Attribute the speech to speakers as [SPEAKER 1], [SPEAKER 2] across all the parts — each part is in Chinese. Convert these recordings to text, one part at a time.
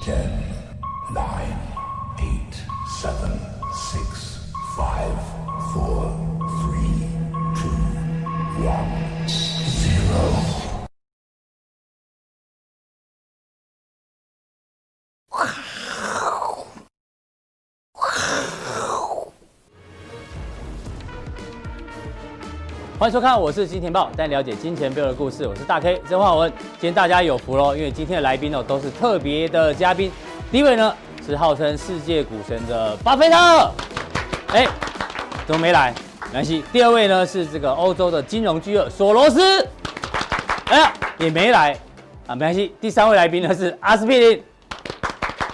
[SPEAKER 1] Ten, nine, eight, seven, six, five, four, three, two, one, zero.
[SPEAKER 2] 欢迎收看，我是金钱豹，带你了解金钱背后的故事。我是大 K 曾焕文，今天大家有福喽，因为今天的来宾哦都是特别的嘉宾。第一位呢是号称世界股神的巴菲特，哎，怎么没来？没关系。第二位呢是这个欧洲的金融巨鳄索罗斯，哎呀也没来啊，没关系。第三位来宾呢是阿司匹林，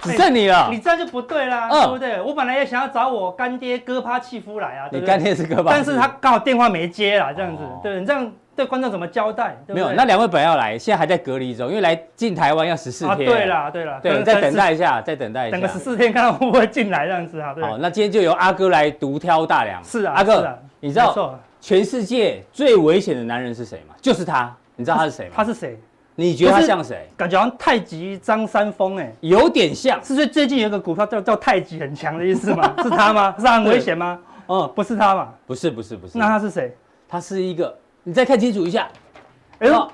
[SPEAKER 2] 只剩你了。
[SPEAKER 3] 哎你这样就不对啦，
[SPEAKER 2] 啊嗯
[SPEAKER 3] 对不对？我本来也想要找我干爹戈巴契夫来啊，对
[SPEAKER 2] 你
[SPEAKER 3] 不对
[SPEAKER 2] 干爹是哥吧？
[SPEAKER 3] 但是他刚好电话没接啦，这样子
[SPEAKER 2] 哦，
[SPEAKER 3] 对你这样对观众怎么交代？对不
[SPEAKER 2] 没
[SPEAKER 3] 对
[SPEAKER 2] 有，那两位本来要来，现在还在隔离中，因为来进台湾要十四
[SPEAKER 3] 啊，
[SPEAKER 2] 天。
[SPEAKER 3] 对，啦，对啦，可
[SPEAKER 2] 对，
[SPEAKER 3] 能
[SPEAKER 2] 再
[SPEAKER 3] 可能
[SPEAKER 2] 等待一下，再等待一
[SPEAKER 3] 是，
[SPEAKER 2] 下。
[SPEAKER 3] 等个十四天，看看会不会进来这样子啊？对，
[SPEAKER 2] 好，那今天就由阿哥来独挑大梁。
[SPEAKER 3] 是啊
[SPEAKER 2] 阿
[SPEAKER 3] 是
[SPEAKER 2] 哥
[SPEAKER 3] 啊，
[SPEAKER 2] 你
[SPEAKER 3] 你
[SPEAKER 2] 知道全世界最危险的男人是谁吗？就是他。你知道他是谁吗？
[SPEAKER 3] 他是谁？
[SPEAKER 2] 你觉得他
[SPEAKER 3] 不是
[SPEAKER 2] 像谁？
[SPEAKER 3] 感觉好像太极张三丰哎、
[SPEAKER 2] 有点像。
[SPEAKER 3] 是最最近有一个股票叫叫太极很强的意思 吗？是他吗？是他很危险吗？
[SPEAKER 2] 嗯，
[SPEAKER 3] 不是他嘛？
[SPEAKER 2] 不是，不是，不是。
[SPEAKER 3] 哦那他是谁？
[SPEAKER 2] 他是一个，你再看清楚一下。
[SPEAKER 3] 哎
[SPEAKER 2] 哦
[SPEAKER 3] 呦，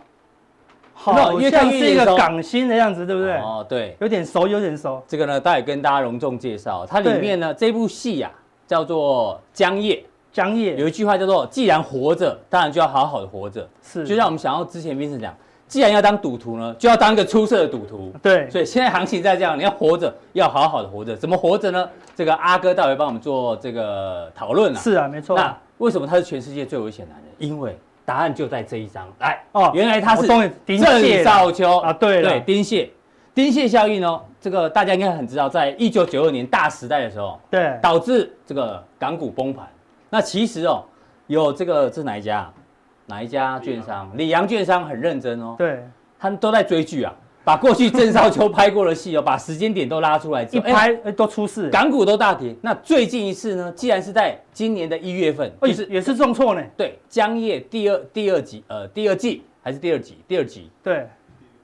[SPEAKER 2] 那
[SPEAKER 3] 好
[SPEAKER 2] 越看
[SPEAKER 3] 像
[SPEAKER 2] 越
[SPEAKER 3] 是一
[SPEAKER 2] 眼
[SPEAKER 3] 个
[SPEAKER 2] 熟
[SPEAKER 3] 港星的样子，对不对？
[SPEAKER 2] 哦，对，
[SPEAKER 3] 有点熟，有点熟。
[SPEAKER 2] 这个呢，待会跟大家隆重介绍。它里面呢，这部戏呀、叫做《江夜
[SPEAKER 3] 江》，
[SPEAKER 2] 有
[SPEAKER 3] 夜
[SPEAKER 2] 一句话叫做“既然活着，当然就要好好的活着”。
[SPEAKER 3] 是，
[SPEAKER 2] 就像我们想要之前 Vincent 讲，既然要当赌徒呢，就要当一个出色的赌徒。
[SPEAKER 3] 对，
[SPEAKER 2] 所以现在行情在这样，你要活着，要好好的活着。怎么活着呢？这个阿哥待会帮我们做这个讨论啊。
[SPEAKER 3] 是啊，没错。
[SPEAKER 2] 那为什么他是全世界最危险男人？因为答案就在这一张。来，
[SPEAKER 3] 哦
[SPEAKER 2] 原来他是
[SPEAKER 3] 我懂你丁
[SPEAKER 2] 郑
[SPEAKER 3] 蟹啦
[SPEAKER 2] 少秋
[SPEAKER 3] 啊对了
[SPEAKER 2] 对，丁蟹，丁蟹效应哦，这个大家应该很知道，在一九九二年大时代的时候，
[SPEAKER 3] 对，
[SPEAKER 2] 导致这个港股崩盘。那其实哦，有这个这是哪一家啊？哪一家券商？里昂券商很认真哦，
[SPEAKER 3] 对，
[SPEAKER 2] 他们都在追剧啊，把过去郑少秋拍过的戏哦，把时间点都拉出来之
[SPEAKER 3] 一
[SPEAKER 2] 后，哎
[SPEAKER 3] 拍哎都出事，
[SPEAKER 2] 港股都大跌。那最近一次呢，既然是在今年的一月份，
[SPEAKER 3] 哎
[SPEAKER 2] 就
[SPEAKER 3] 也
[SPEAKER 2] 是
[SPEAKER 3] 是也是重挫呢。
[SPEAKER 2] 对江夜第二第二集，呃，第二季还是第二集，第二集
[SPEAKER 3] 对，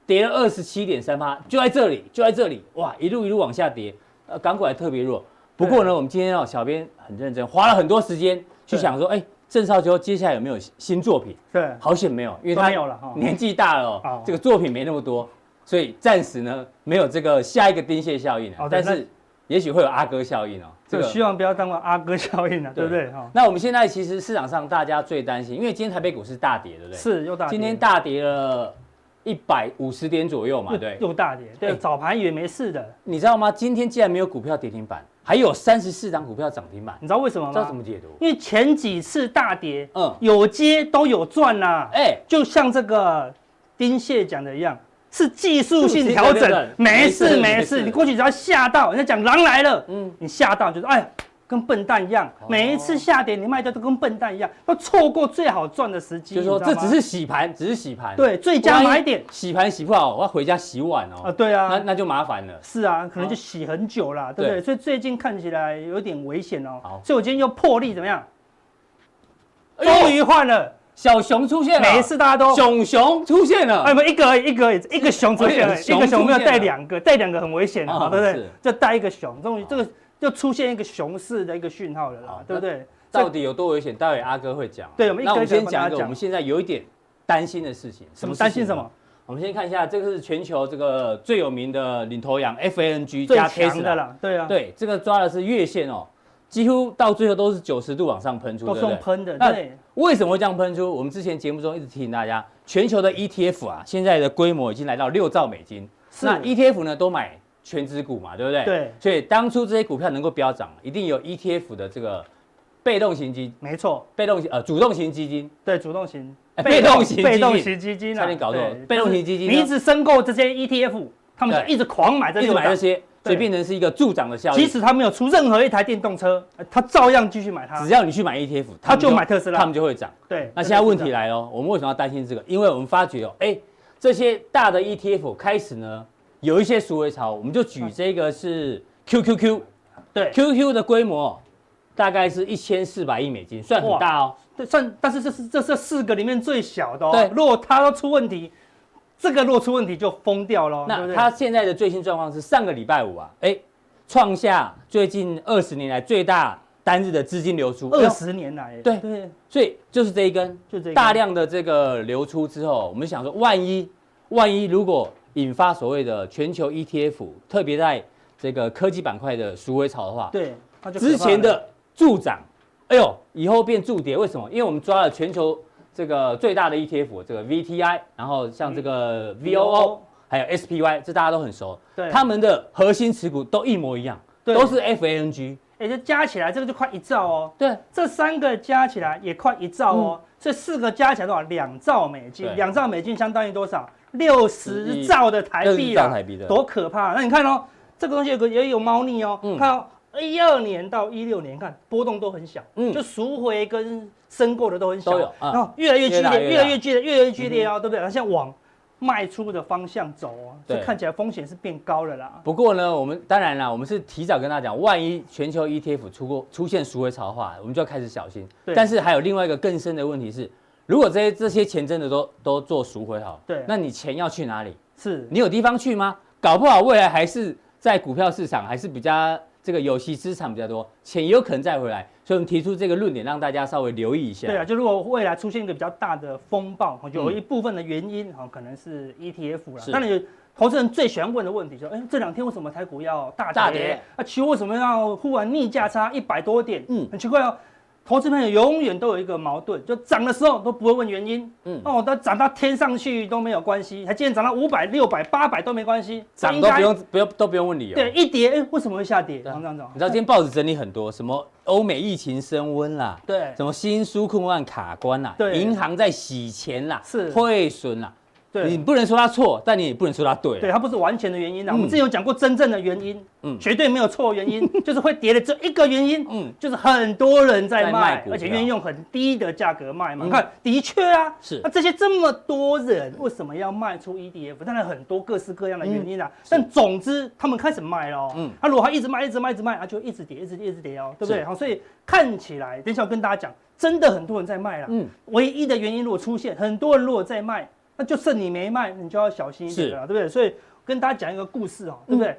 [SPEAKER 2] 跌了二十七点三八，就在这里，就在这里，哇，一路一路往下跌，呃，港股还特别弱。不过呢，我们今天哦，小编很认真，花了很多时间去
[SPEAKER 3] 对
[SPEAKER 2] 想说，哎，郑少秋接下来有没有新新作品？
[SPEAKER 3] 对，
[SPEAKER 2] 好险没有，因为
[SPEAKER 3] 都
[SPEAKER 2] 他
[SPEAKER 3] 没有了哈
[SPEAKER 2] 年纪大了哦、
[SPEAKER 3] 哦
[SPEAKER 2] 这个作品没那么多，所以暂时呢没有这个下一个丁蟹效应、啊
[SPEAKER 3] 哦对
[SPEAKER 2] 但是也许会有阿哥效应哦、
[SPEAKER 3] 这个希望不要当个阿哥效应啊了，对不对？哦哈，
[SPEAKER 2] 那我们现在其实市场上大家最担心，因为今天台北股市大跌，对不对？。
[SPEAKER 3] 是又大跌，
[SPEAKER 2] 今天大跌了一百五十点左右嘛，
[SPEAKER 3] 又
[SPEAKER 2] 对。
[SPEAKER 3] 又大跌，
[SPEAKER 2] 哎
[SPEAKER 3] 对，早盘以为没事的，
[SPEAKER 2] 你知道吗？今天既然没有股票跌停板，还有三十四档股票涨停板，
[SPEAKER 3] 你知道为什么
[SPEAKER 2] 知道怎
[SPEAKER 3] 吗？
[SPEAKER 2] 么解读？
[SPEAKER 3] 因为前几次大跌，
[SPEAKER 2] 嗯
[SPEAKER 3] 有接都有赚啊呐，
[SPEAKER 2] 哎，
[SPEAKER 3] 就像这个丁蟹讲的一样，是技术性调
[SPEAKER 2] 技术性调整
[SPEAKER 3] 整，没事
[SPEAKER 2] 没事
[SPEAKER 3] 没
[SPEAKER 2] 没事
[SPEAKER 3] 事，你过去只要吓到，人家讲狼来了，
[SPEAKER 2] 嗯
[SPEAKER 3] 嗯，你吓到就是哎呀，跟笨蛋一样
[SPEAKER 2] 哦，
[SPEAKER 3] 每一次下跌你卖掉都跟笨蛋一样，都错过最好赚的时机，
[SPEAKER 2] 就是说
[SPEAKER 3] 你知
[SPEAKER 2] 这
[SPEAKER 3] 道吗
[SPEAKER 2] 只是洗盘，只是洗盘。
[SPEAKER 3] 对最佳买点
[SPEAKER 2] 万一洗盘洗不好，我要回家洗碗哦。
[SPEAKER 3] 啊，对
[SPEAKER 2] 那
[SPEAKER 3] 啊。
[SPEAKER 2] 那就麻烦了。
[SPEAKER 3] 是啊，可能就洗很久啦，对不
[SPEAKER 2] 哦对
[SPEAKER 3] 对？所以最近看起来有点危险
[SPEAKER 2] 好
[SPEAKER 3] 哦。所以我今天又破例怎么样？
[SPEAKER 2] 哎呦
[SPEAKER 3] 终于换了，
[SPEAKER 2] 小熊出现了，
[SPEAKER 3] 每一次大家都
[SPEAKER 2] 熊熊出现了。
[SPEAKER 3] 哎，不，一个而已一个而已一个熊出现
[SPEAKER 2] 哎
[SPEAKER 3] 了，
[SPEAKER 2] 熊
[SPEAKER 3] 一个熊没
[SPEAKER 2] 出
[SPEAKER 3] 有
[SPEAKER 2] 现了
[SPEAKER 3] 带两个，带两个很危险的
[SPEAKER 2] 啊
[SPEAKER 3] 嘛，对不
[SPEAKER 2] 是
[SPEAKER 3] 对？就带一个熊，终于
[SPEAKER 2] 好
[SPEAKER 3] 这个就出现一个熊市的一个讯号了
[SPEAKER 2] 好
[SPEAKER 3] 啦，对不对？
[SPEAKER 2] 到底有多危险？待会阿哥会讲。
[SPEAKER 3] 对我们一
[SPEAKER 2] 那我们
[SPEAKER 3] 个一个
[SPEAKER 2] 先讲一个
[SPEAKER 3] 跟大家
[SPEAKER 2] 我
[SPEAKER 3] 讲
[SPEAKER 2] 们现在有一点担心的事情。
[SPEAKER 3] 什么
[SPEAKER 2] 事情啊
[SPEAKER 3] 担心什
[SPEAKER 2] 呢
[SPEAKER 3] 么？
[SPEAKER 2] 我们先看一下，这个是全球这个最有名的领头羊 FANG
[SPEAKER 3] 最
[SPEAKER 2] 加 t e
[SPEAKER 3] 强
[SPEAKER 2] s
[SPEAKER 3] 的啦，对啊，
[SPEAKER 2] 对，这个抓的是月线哦，几乎到最后都是九十度往上喷出，
[SPEAKER 3] 都
[SPEAKER 2] 对不
[SPEAKER 3] 送
[SPEAKER 2] 对？
[SPEAKER 3] 喷的，
[SPEAKER 2] 那
[SPEAKER 3] 对，
[SPEAKER 2] 为什么会这样喷出？我们之前节目中一直提醒大家，全球的 ETF 啊，现在的规模已经来到六兆美金。
[SPEAKER 3] 是
[SPEAKER 2] 那 ETF 呢，都买全指股嘛，对不对？
[SPEAKER 3] 对。
[SPEAKER 2] 所以当初这些股票能够飙涨，一定有 ETF 的这个被动型基、
[SPEAKER 3] 没错，
[SPEAKER 2] 被动型呃主动型基金，
[SPEAKER 3] 对，主动型
[SPEAKER 2] 哎、被动型基金
[SPEAKER 3] 被动型基金啊，
[SPEAKER 2] 差点搞错
[SPEAKER 3] 对
[SPEAKER 2] 被动型基金呢
[SPEAKER 3] 你一直申购这些 ETF，他们就
[SPEAKER 2] 对
[SPEAKER 3] 一直狂买这
[SPEAKER 2] 一
[SPEAKER 3] 些
[SPEAKER 2] 直
[SPEAKER 3] 股
[SPEAKER 2] 买
[SPEAKER 3] 票
[SPEAKER 2] 这，些，所以
[SPEAKER 3] 对
[SPEAKER 2] 变成是一个助长的效应
[SPEAKER 3] 即。使他没有出任何一台电动车，呃他照样继续买它
[SPEAKER 2] 只，要你去买 ETF，
[SPEAKER 3] 他就买特斯拉
[SPEAKER 2] 他们就会涨。
[SPEAKER 3] 对。
[SPEAKER 2] 那现在问题
[SPEAKER 3] 来，
[SPEAKER 2] 来了，我们为什么要担心这个？因为我们发觉哦，哎，这些大的 ETF 开始呢有一些赎回潮，我们就举这个是 QQQ，
[SPEAKER 3] 对
[SPEAKER 2] QQ 的规模哦大概是一千四百亿美金，算很大哦。
[SPEAKER 3] 对，算，但是这是这是四个里面最小的哦。
[SPEAKER 2] 对
[SPEAKER 3] 如果它都出问题，这个若出问题就疯掉了，对不
[SPEAKER 2] 那
[SPEAKER 3] 对？
[SPEAKER 2] 它现在的最新状况是上个礼拜五啊，哎，创下最近二十年来最大单日的资金流出，
[SPEAKER 3] 二十年来，
[SPEAKER 2] 对
[SPEAKER 3] 对，
[SPEAKER 2] 所以就是这一根，
[SPEAKER 3] 就这一根
[SPEAKER 2] 大量的这个流出之后，我们想说，万一万一如果引发所谓的全球 ETF，特别在这个科技板块的赎回潮的话，
[SPEAKER 3] 对，那就可
[SPEAKER 2] 之
[SPEAKER 3] 怕了
[SPEAKER 2] 前的助涨，哎呦，以后变助跌，为什么？因为我们抓了全球这个最大的 ETF，这个 VTI，然后像这个
[SPEAKER 3] 嗯
[SPEAKER 2] VOO，、还有 SPY，这大家都很熟，
[SPEAKER 3] 对
[SPEAKER 2] 他们的核心持股都一模一样，
[SPEAKER 3] 对
[SPEAKER 2] 都是 FANG，
[SPEAKER 3] 哎，这加起来这个就快一兆哦，
[SPEAKER 2] 对，
[SPEAKER 3] 这三个加起来也快一兆哦，这四个加起来多少？两兆
[SPEAKER 2] 嗯
[SPEAKER 3] 美
[SPEAKER 2] 对
[SPEAKER 3] 金，两兆美金相当于多少？六十兆的台币啊
[SPEAKER 2] 涨
[SPEAKER 3] 啦，
[SPEAKER 2] 台币的，
[SPEAKER 3] 多可怕、那你看哦，这个东西有个也有猫腻哦，
[SPEAKER 2] 嗯
[SPEAKER 3] 看一二年到一六年看波动都很小，
[SPEAKER 2] 嗯
[SPEAKER 3] 就赎回跟申购的都很小，
[SPEAKER 2] 都有啊
[SPEAKER 3] 然后越来越激
[SPEAKER 2] 越来越嗯
[SPEAKER 3] 烈，
[SPEAKER 2] 大
[SPEAKER 3] 越来越激烈，越来越激烈哦，对不对？它现在往卖出的方向走哦，
[SPEAKER 2] 对
[SPEAKER 3] 所以看起来风险是变高了啦。
[SPEAKER 2] 不过呢，我们当然啦，我们是提早跟大家讲，万一全球 ETF 出过出现赎回潮的话，我们就要开始小心。
[SPEAKER 3] 对
[SPEAKER 2] 但是还有另外一个更深的问题是，如果这些这些钱真的都都做赎回好，
[SPEAKER 3] 对
[SPEAKER 2] 那你钱要去哪里？
[SPEAKER 3] 是，
[SPEAKER 2] 你有地方去吗？搞不好未来还是在股票市场还是比较这个有息资产比较多，钱也有可能再回来。所以我们提出这个论点，让大家稍微留意一下。
[SPEAKER 3] 对啊，就如果未来出现一个比较大的风暴，哦有
[SPEAKER 2] 嗯
[SPEAKER 3] 一部分的原因哈，哦可能是 ETF 啦
[SPEAKER 2] 是。
[SPEAKER 3] 当然有投资人最喜欢问的问题，就哎，这两天为什么台股要大跌？
[SPEAKER 2] 大跌
[SPEAKER 3] 啊，期货为什么要忽然逆价差一百多点？
[SPEAKER 2] 嗯
[SPEAKER 3] 嗯，很奇怪哦。投资朋友永远都有一个矛盾，就涨的时候都不会问原因，
[SPEAKER 2] 嗯
[SPEAKER 3] 嗯，哦，它涨到天上去都没有关系，它今天涨到五百、六百、八百都没关系，
[SPEAKER 2] 涨
[SPEAKER 3] 应
[SPEAKER 2] 都
[SPEAKER 3] 该
[SPEAKER 2] 不用不用都不用问理由。
[SPEAKER 3] 对，一跌，哎，为什么会下跌？
[SPEAKER 2] 对啊
[SPEAKER 3] 然后这样子哦
[SPEAKER 2] 你知道今天报纸整理很多，什么欧美疫情升温啦，
[SPEAKER 3] 对
[SPEAKER 2] 什么新纾困案卡关啦、
[SPEAKER 3] 哎对
[SPEAKER 2] 银行在洗钱啦、
[SPEAKER 3] 是
[SPEAKER 2] 汇损啦，你
[SPEAKER 3] 对
[SPEAKER 2] 不能说它错，但你也不能说它对啦。
[SPEAKER 3] 对，它不是完全的原因啦。
[SPEAKER 2] 嗯
[SPEAKER 3] 我们之前有讲过真正的原因，
[SPEAKER 2] 嗯
[SPEAKER 3] 绝对没有错 原因，就是会跌的这一个原因，
[SPEAKER 2] 嗯
[SPEAKER 3] 就是很多人
[SPEAKER 2] 在
[SPEAKER 3] 在
[SPEAKER 2] 卖
[SPEAKER 3] 卖
[SPEAKER 2] 股，票
[SPEAKER 3] 而且愿意用很低的价格卖嘛。
[SPEAKER 2] 嗯
[SPEAKER 3] 你看，的确啊，
[SPEAKER 2] 是
[SPEAKER 3] 那这些这么多人为什么要卖出 ETF？当然很多各式各样的原因啊，但总之他们开始卖了。
[SPEAKER 2] 嗯
[SPEAKER 3] 嗯，那如果他一直卖，一直卖，一直卖，啊，就一直跌，一直跌，一直跌哦，对不
[SPEAKER 2] 是
[SPEAKER 3] 对？好，所以看起来，等一下我跟大家讲，真的很多人在卖啦。
[SPEAKER 2] 嗯
[SPEAKER 3] 嗯，唯一的原因如果出现，很多人如果在卖，那就剩你没卖，你就要小心一点了啦，对不对？所以跟大家讲一个故事哦，
[SPEAKER 2] 嗯
[SPEAKER 3] 对不对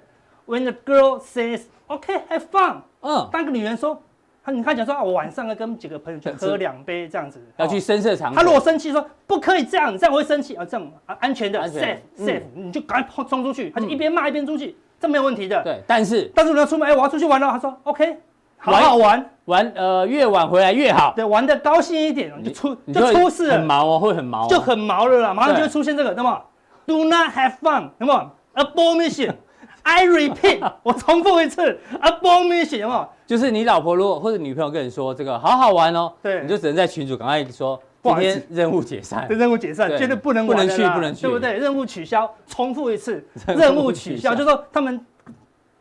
[SPEAKER 3] ？When the girl says, "Okay, have fun."
[SPEAKER 2] 嗯，
[SPEAKER 3] 当一个女人说，她你看讲说啊，我晚上要跟几个朋友去喝两杯这样子，
[SPEAKER 2] 要去
[SPEAKER 3] 哦。
[SPEAKER 2] 深色场所。
[SPEAKER 3] 她如果生气说不可以这样，这样我会生气啊，这样啊安全的
[SPEAKER 2] 安全
[SPEAKER 3] safe
[SPEAKER 2] 嗯
[SPEAKER 3] safe，你就赶快冲出去，她就一边骂一边出去，这没有问题的。
[SPEAKER 2] 对，但是
[SPEAKER 3] 但是我要出门，哎，我要出去玩了，她说 OK，好
[SPEAKER 2] 玩
[SPEAKER 3] 好玩，
[SPEAKER 2] 玩呃越晚回来越好，
[SPEAKER 3] 对，玩的高兴一点，你就出
[SPEAKER 2] 你
[SPEAKER 3] 就
[SPEAKER 2] 会
[SPEAKER 3] 出事
[SPEAKER 2] 很
[SPEAKER 3] 了，
[SPEAKER 2] 毛哦，会很毛哦，
[SPEAKER 3] 就很毛了啦，马上就会
[SPEAKER 2] 对
[SPEAKER 3] 出现这个，那么 do not have fun，那么 abomination。I repeat，我重复一次，abomination，有没有？
[SPEAKER 2] 就是你老婆如果或者女朋友跟你说这个好好玩哦，
[SPEAKER 3] 对
[SPEAKER 2] 你就只能在群主赶快说
[SPEAKER 3] 不
[SPEAKER 2] 今
[SPEAKER 3] 好意思
[SPEAKER 2] 天任务解散
[SPEAKER 3] 这。任务解散
[SPEAKER 2] 对，
[SPEAKER 3] 绝对不能玩
[SPEAKER 2] 不
[SPEAKER 3] 的啦
[SPEAKER 2] 能去不能去，
[SPEAKER 3] 对不对？任务取消，重复一次任务取消，
[SPEAKER 2] 任务取消
[SPEAKER 3] 就说他们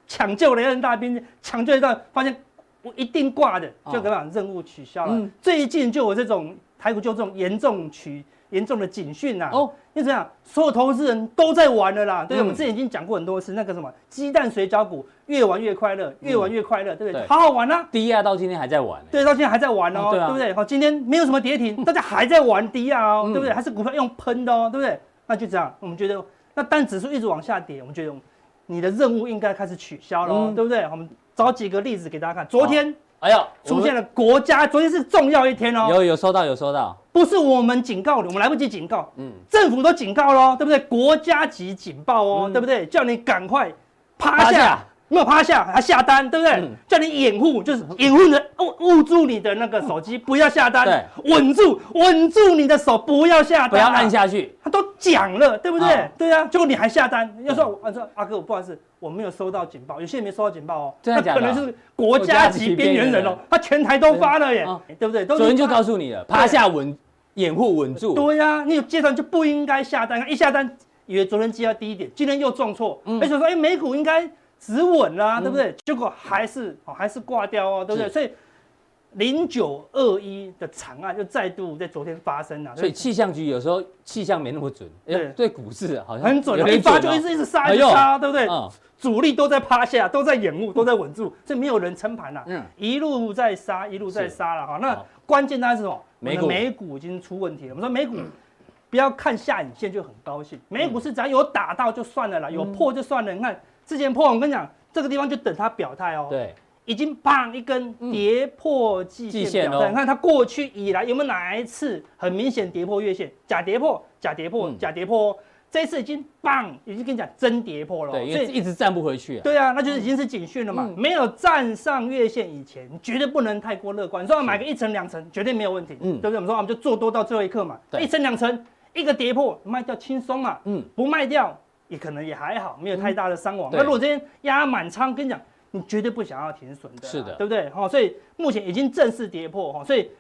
[SPEAKER 3] 抢救雷恩大兵，抢救一段，发现我一定挂的，
[SPEAKER 2] 哦
[SPEAKER 3] 就给他讲任务取消了。
[SPEAKER 2] 嗯
[SPEAKER 3] 最近就有这种台股就这种严重取严重的警讯啊。
[SPEAKER 2] 哦
[SPEAKER 3] 哦，因为怎样，所有投资人都在玩了啦。
[SPEAKER 2] 嗯
[SPEAKER 3] 对，我们之前已经讲过很多次，那个什么鸡蛋水饺股，越玩越快乐，越玩越快乐，对不
[SPEAKER 2] 嗯对
[SPEAKER 3] 对？好好玩啊。
[SPEAKER 2] 第一啊，到今天还在玩呢。
[SPEAKER 3] 对，到现在还在玩哦，
[SPEAKER 2] 嗯对啊
[SPEAKER 3] 对不对？好，今天没有什么 跌停，大家还在玩低啊哦，
[SPEAKER 2] 嗯
[SPEAKER 3] 对不对？还是股票用喷的哦，对不对？那就这样，我们觉得，那但指数一直往下跌，我们觉得你的任务应该开始取消了哦，
[SPEAKER 2] 嗯
[SPEAKER 3] 对不对？我们找几个例子给大家看。昨天
[SPEAKER 2] 哎呦，
[SPEAKER 3] 出现了国家，昨天是重要一天
[SPEAKER 2] 我们
[SPEAKER 3] 哦，
[SPEAKER 2] 有有收到有收到，
[SPEAKER 3] 不是我们警告你，我们来不及警告，
[SPEAKER 2] 嗯，
[SPEAKER 3] 政府都警告喽，对不对？国家级警报哦，
[SPEAKER 2] 嗯
[SPEAKER 3] 对不对？叫你赶快
[SPEAKER 2] 趴
[SPEAKER 3] 趴
[SPEAKER 2] 下
[SPEAKER 3] 下，没有趴下还下单，对不对？
[SPEAKER 2] 嗯
[SPEAKER 3] 叫你掩护，就是掩护你的捂捂住你的那个手
[SPEAKER 2] 嗯
[SPEAKER 3] 机，不要下单，稳住稳住你的手，不要下单，啊
[SPEAKER 2] 不要按。下去。
[SPEAKER 3] 他都讲了，对不对？
[SPEAKER 2] 啊
[SPEAKER 3] 对啊，结果你还下单，要说我说阿哥，我不好意思，我没有收到警报，有些人没收到警报哦，
[SPEAKER 2] 真的假的
[SPEAKER 3] 那可能是国家级边缘
[SPEAKER 2] 国家级边缘
[SPEAKER 3] 人
[SPEAKER 2] 人
[SPEAKER 3] 哦，他全台都发了耶
[SPEAKER 2] 啊，
[SPEAKER 3] 对不对？都
[SPEAKER 2] 昨天就告诉你了，趴下稳，掩护稳住。
[SPEAKER 3] 对呀、你有接单就不应该下单，一下单以为昨天接到低一点，今天又重挫，
[SPEAKER 2] 嗯
[SPEAKER 3] 而且说哎美股应该止稳啦、对不对？结果还是哦还是挂掉哦，对不对？
[SPEAKER 2] 是
[SPEAKER 3] 所以零九二一的惨案就再度在昨天发生啊了、
[SPEAKER 2] 所以气象局有时候气象没那么准，哎
[SPEAKER 3] 对
[SPEAKER 2] 对股市好像
[SPEAKER 3] 很准
[SPEAKER 2] 有
[SPEAKER 3] 啊，
[SPEAKER 2] 点
[SPEAKER 3] 一发
[SPEAKER 2] 准
[SPEAKER 3] 就
[SPEAKER 2] 哦
[SPEAKER 3] 一直一直杀，
[SPEAKER 2] 哎
[SPEAKER 3] 一直
[SPEAKER 2] 呦
[SPEAKER 3] 杀，对不对？
[SPEAKER 2] 嗯
[SPEAKER 3] 主力都在趴下，都在掩护，都在稳住，所以没有人撑盘啦、
[SPEAKER 2] 嗯
[SPEAKER 3] 一路在杀，一路在杀了哈。那
[SPEAKER 2] 好
[SPEAKER 3] 关键当然是什么？
[SPEAKER 2] 美股
[SPEAKER 3] 我们的美股已经出问题了。我们说美股不要看下影线就很高兴。美
[SPEAKER 2] 嗯
[SPEAKER 3] 股市只要有打到就算了啦，有破就算了。你看之前破，我跟你讲，这个地方就等它表态哦。，
[SPEAKER 2] 对，嗯
[SPEAKER 3] 已经砰一根跌破季
[SPEAKER 2] 季
[SPEAKER 3] 线
[SPEAKER 2] 线
[SPEAKER 3] 表态。
[SPEAKER 2] 哦
[SPEAKER 3] 你看它过去以来有没有哪一次很明显跌破月线？假跌破，假跌破
[SPEAKER 2] 嗯，
[SPEAKER 3] 假跌破哦。这一次已经棒，已经跟你讲真跌破了哦。
[SPEAKER 2] 对，因
[SPEAKER 3] 所
[SPEAKER 2] 为
[SPEAKER 3] 以
[SPEAKER 2] 一直站不回去啊。
[SPEAKER 3] 对啊，那就是已经是警讯了嘛。
[SPEAKER 2] 嗯
[SPEAKER 3] 没有站上月线以前，你绝对不能太过乐观。说要买个一层两层，绝对没有问题，
[SPEAKER 2] 嗯
[SPEAKER 3] 对不对？我们说啊我们就做多到最后一刻嘛，
[SPEAKER 2] 对
[SPEAKER 3] 一层两层，一个跌破卖掉轻松嘛，
[SPEAKER 2] 嗯
[SPEAKER 3] 不卖掉也可能也还好，没有太大的伤亡。
[SPEAKER 2] 对
[SPEAKER 3] 那如果今天压满仓，跟你讲，你绝对不想要停损的啊，
[SPEAKER 2] 是的
[SPEAKER 3] 对不对？哈、所以目前已经正式跌破哦哈、所以。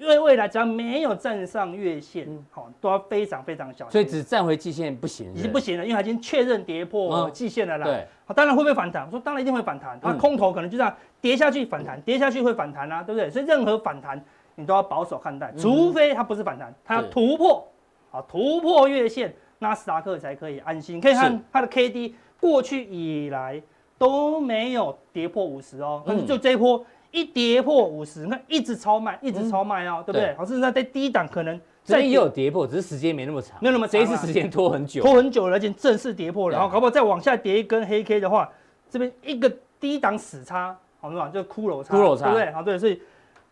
[SPEAKER 3] 因为未来只要没有站上月线，好、都要非常非常小心。
[SPEAKER 2] 嗯所以只站回季线不行，
[SPEAKER 3] 已经不行了，因为它已经确认跌破
[SPEAKER 2] 嗯
[SPEAKER 3] 季线了啦。
[SPEAKER 2] 对
[SPEAKER 3] 好，啊当然会不会反弹？我说当然一定会反弹，它啊
[SPEAKER 2] 嗯
[SPEAKER 3] 空头可能就这样跌下去反弹，跌下去会反弹啊，对不对？所以任何反弹你都要保守看待，除非它不是反弹，它
[SPEAKER 2] 嗯
[SPEAKER 3] 要
[SPEAKER 2] 是
[SPEAKER 3] 突破，好突破月线，纳斯达克才可以安心。可以
[SPEAKER 2] 是
[SPEAKER 3] 看它的 K D 过去以来都没有跌破五十哦，可是
[SPEAKER 2] 嗯
[SPEAKER 3] 就这一波。一跌破五十，那一直超卖，一直超卖哦，对不
[SPEAKER 2] 嗯对
[SPEAKER 3] 对？好，甚至它在低档可能
[SPEAKER 2] 这
[SPEAKER 3] 再
[SPEAKER 2] 边也有跌破，只是时间没那么长，
[SPEAKER 3] 没有那么
[SPEAKER 2] 这一
[SPEAKER 3] 长
[SPEAKER 2] 次
[SPEAKER 3] 啊
[SPEAKER 2] 时间拖很久，
[SPEAKER 3] 拖很久了，而且正式跌破了，
[SPEAKER 2] 对
[SPEAKER 3] 然后搞不好再往下跌一根黑 K 的话，这边一个低档死叉，好吧，就是骷髅叉，
[SPEAKER 2] 骷髅叉
[SPEAKER 3] 对不对？好，对，所以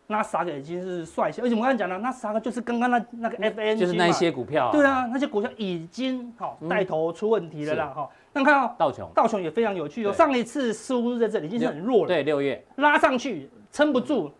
[SPEAKER 3] 纳斯达克已经是率先，而且我们刚才讲了，纳斯达克就是刚刚那那个 FNG
[SPEAKER 2] 嗯就是那一些股票、
[SPEAKER 3] 嘛，对，啊，那些股票已经好带头出问题了啦，哈。那看到
[SPEAKER 2] 道琼，
[SPEAKER 3] 道琼也非常有趣哦，
[SPEAKER 2] 对
[SPEAKER 3] 上一次似乎是在这里已经是很弱了，
[SPEAKER 2] 对，六月
[SPEAKER 3] 拉上去撑不住，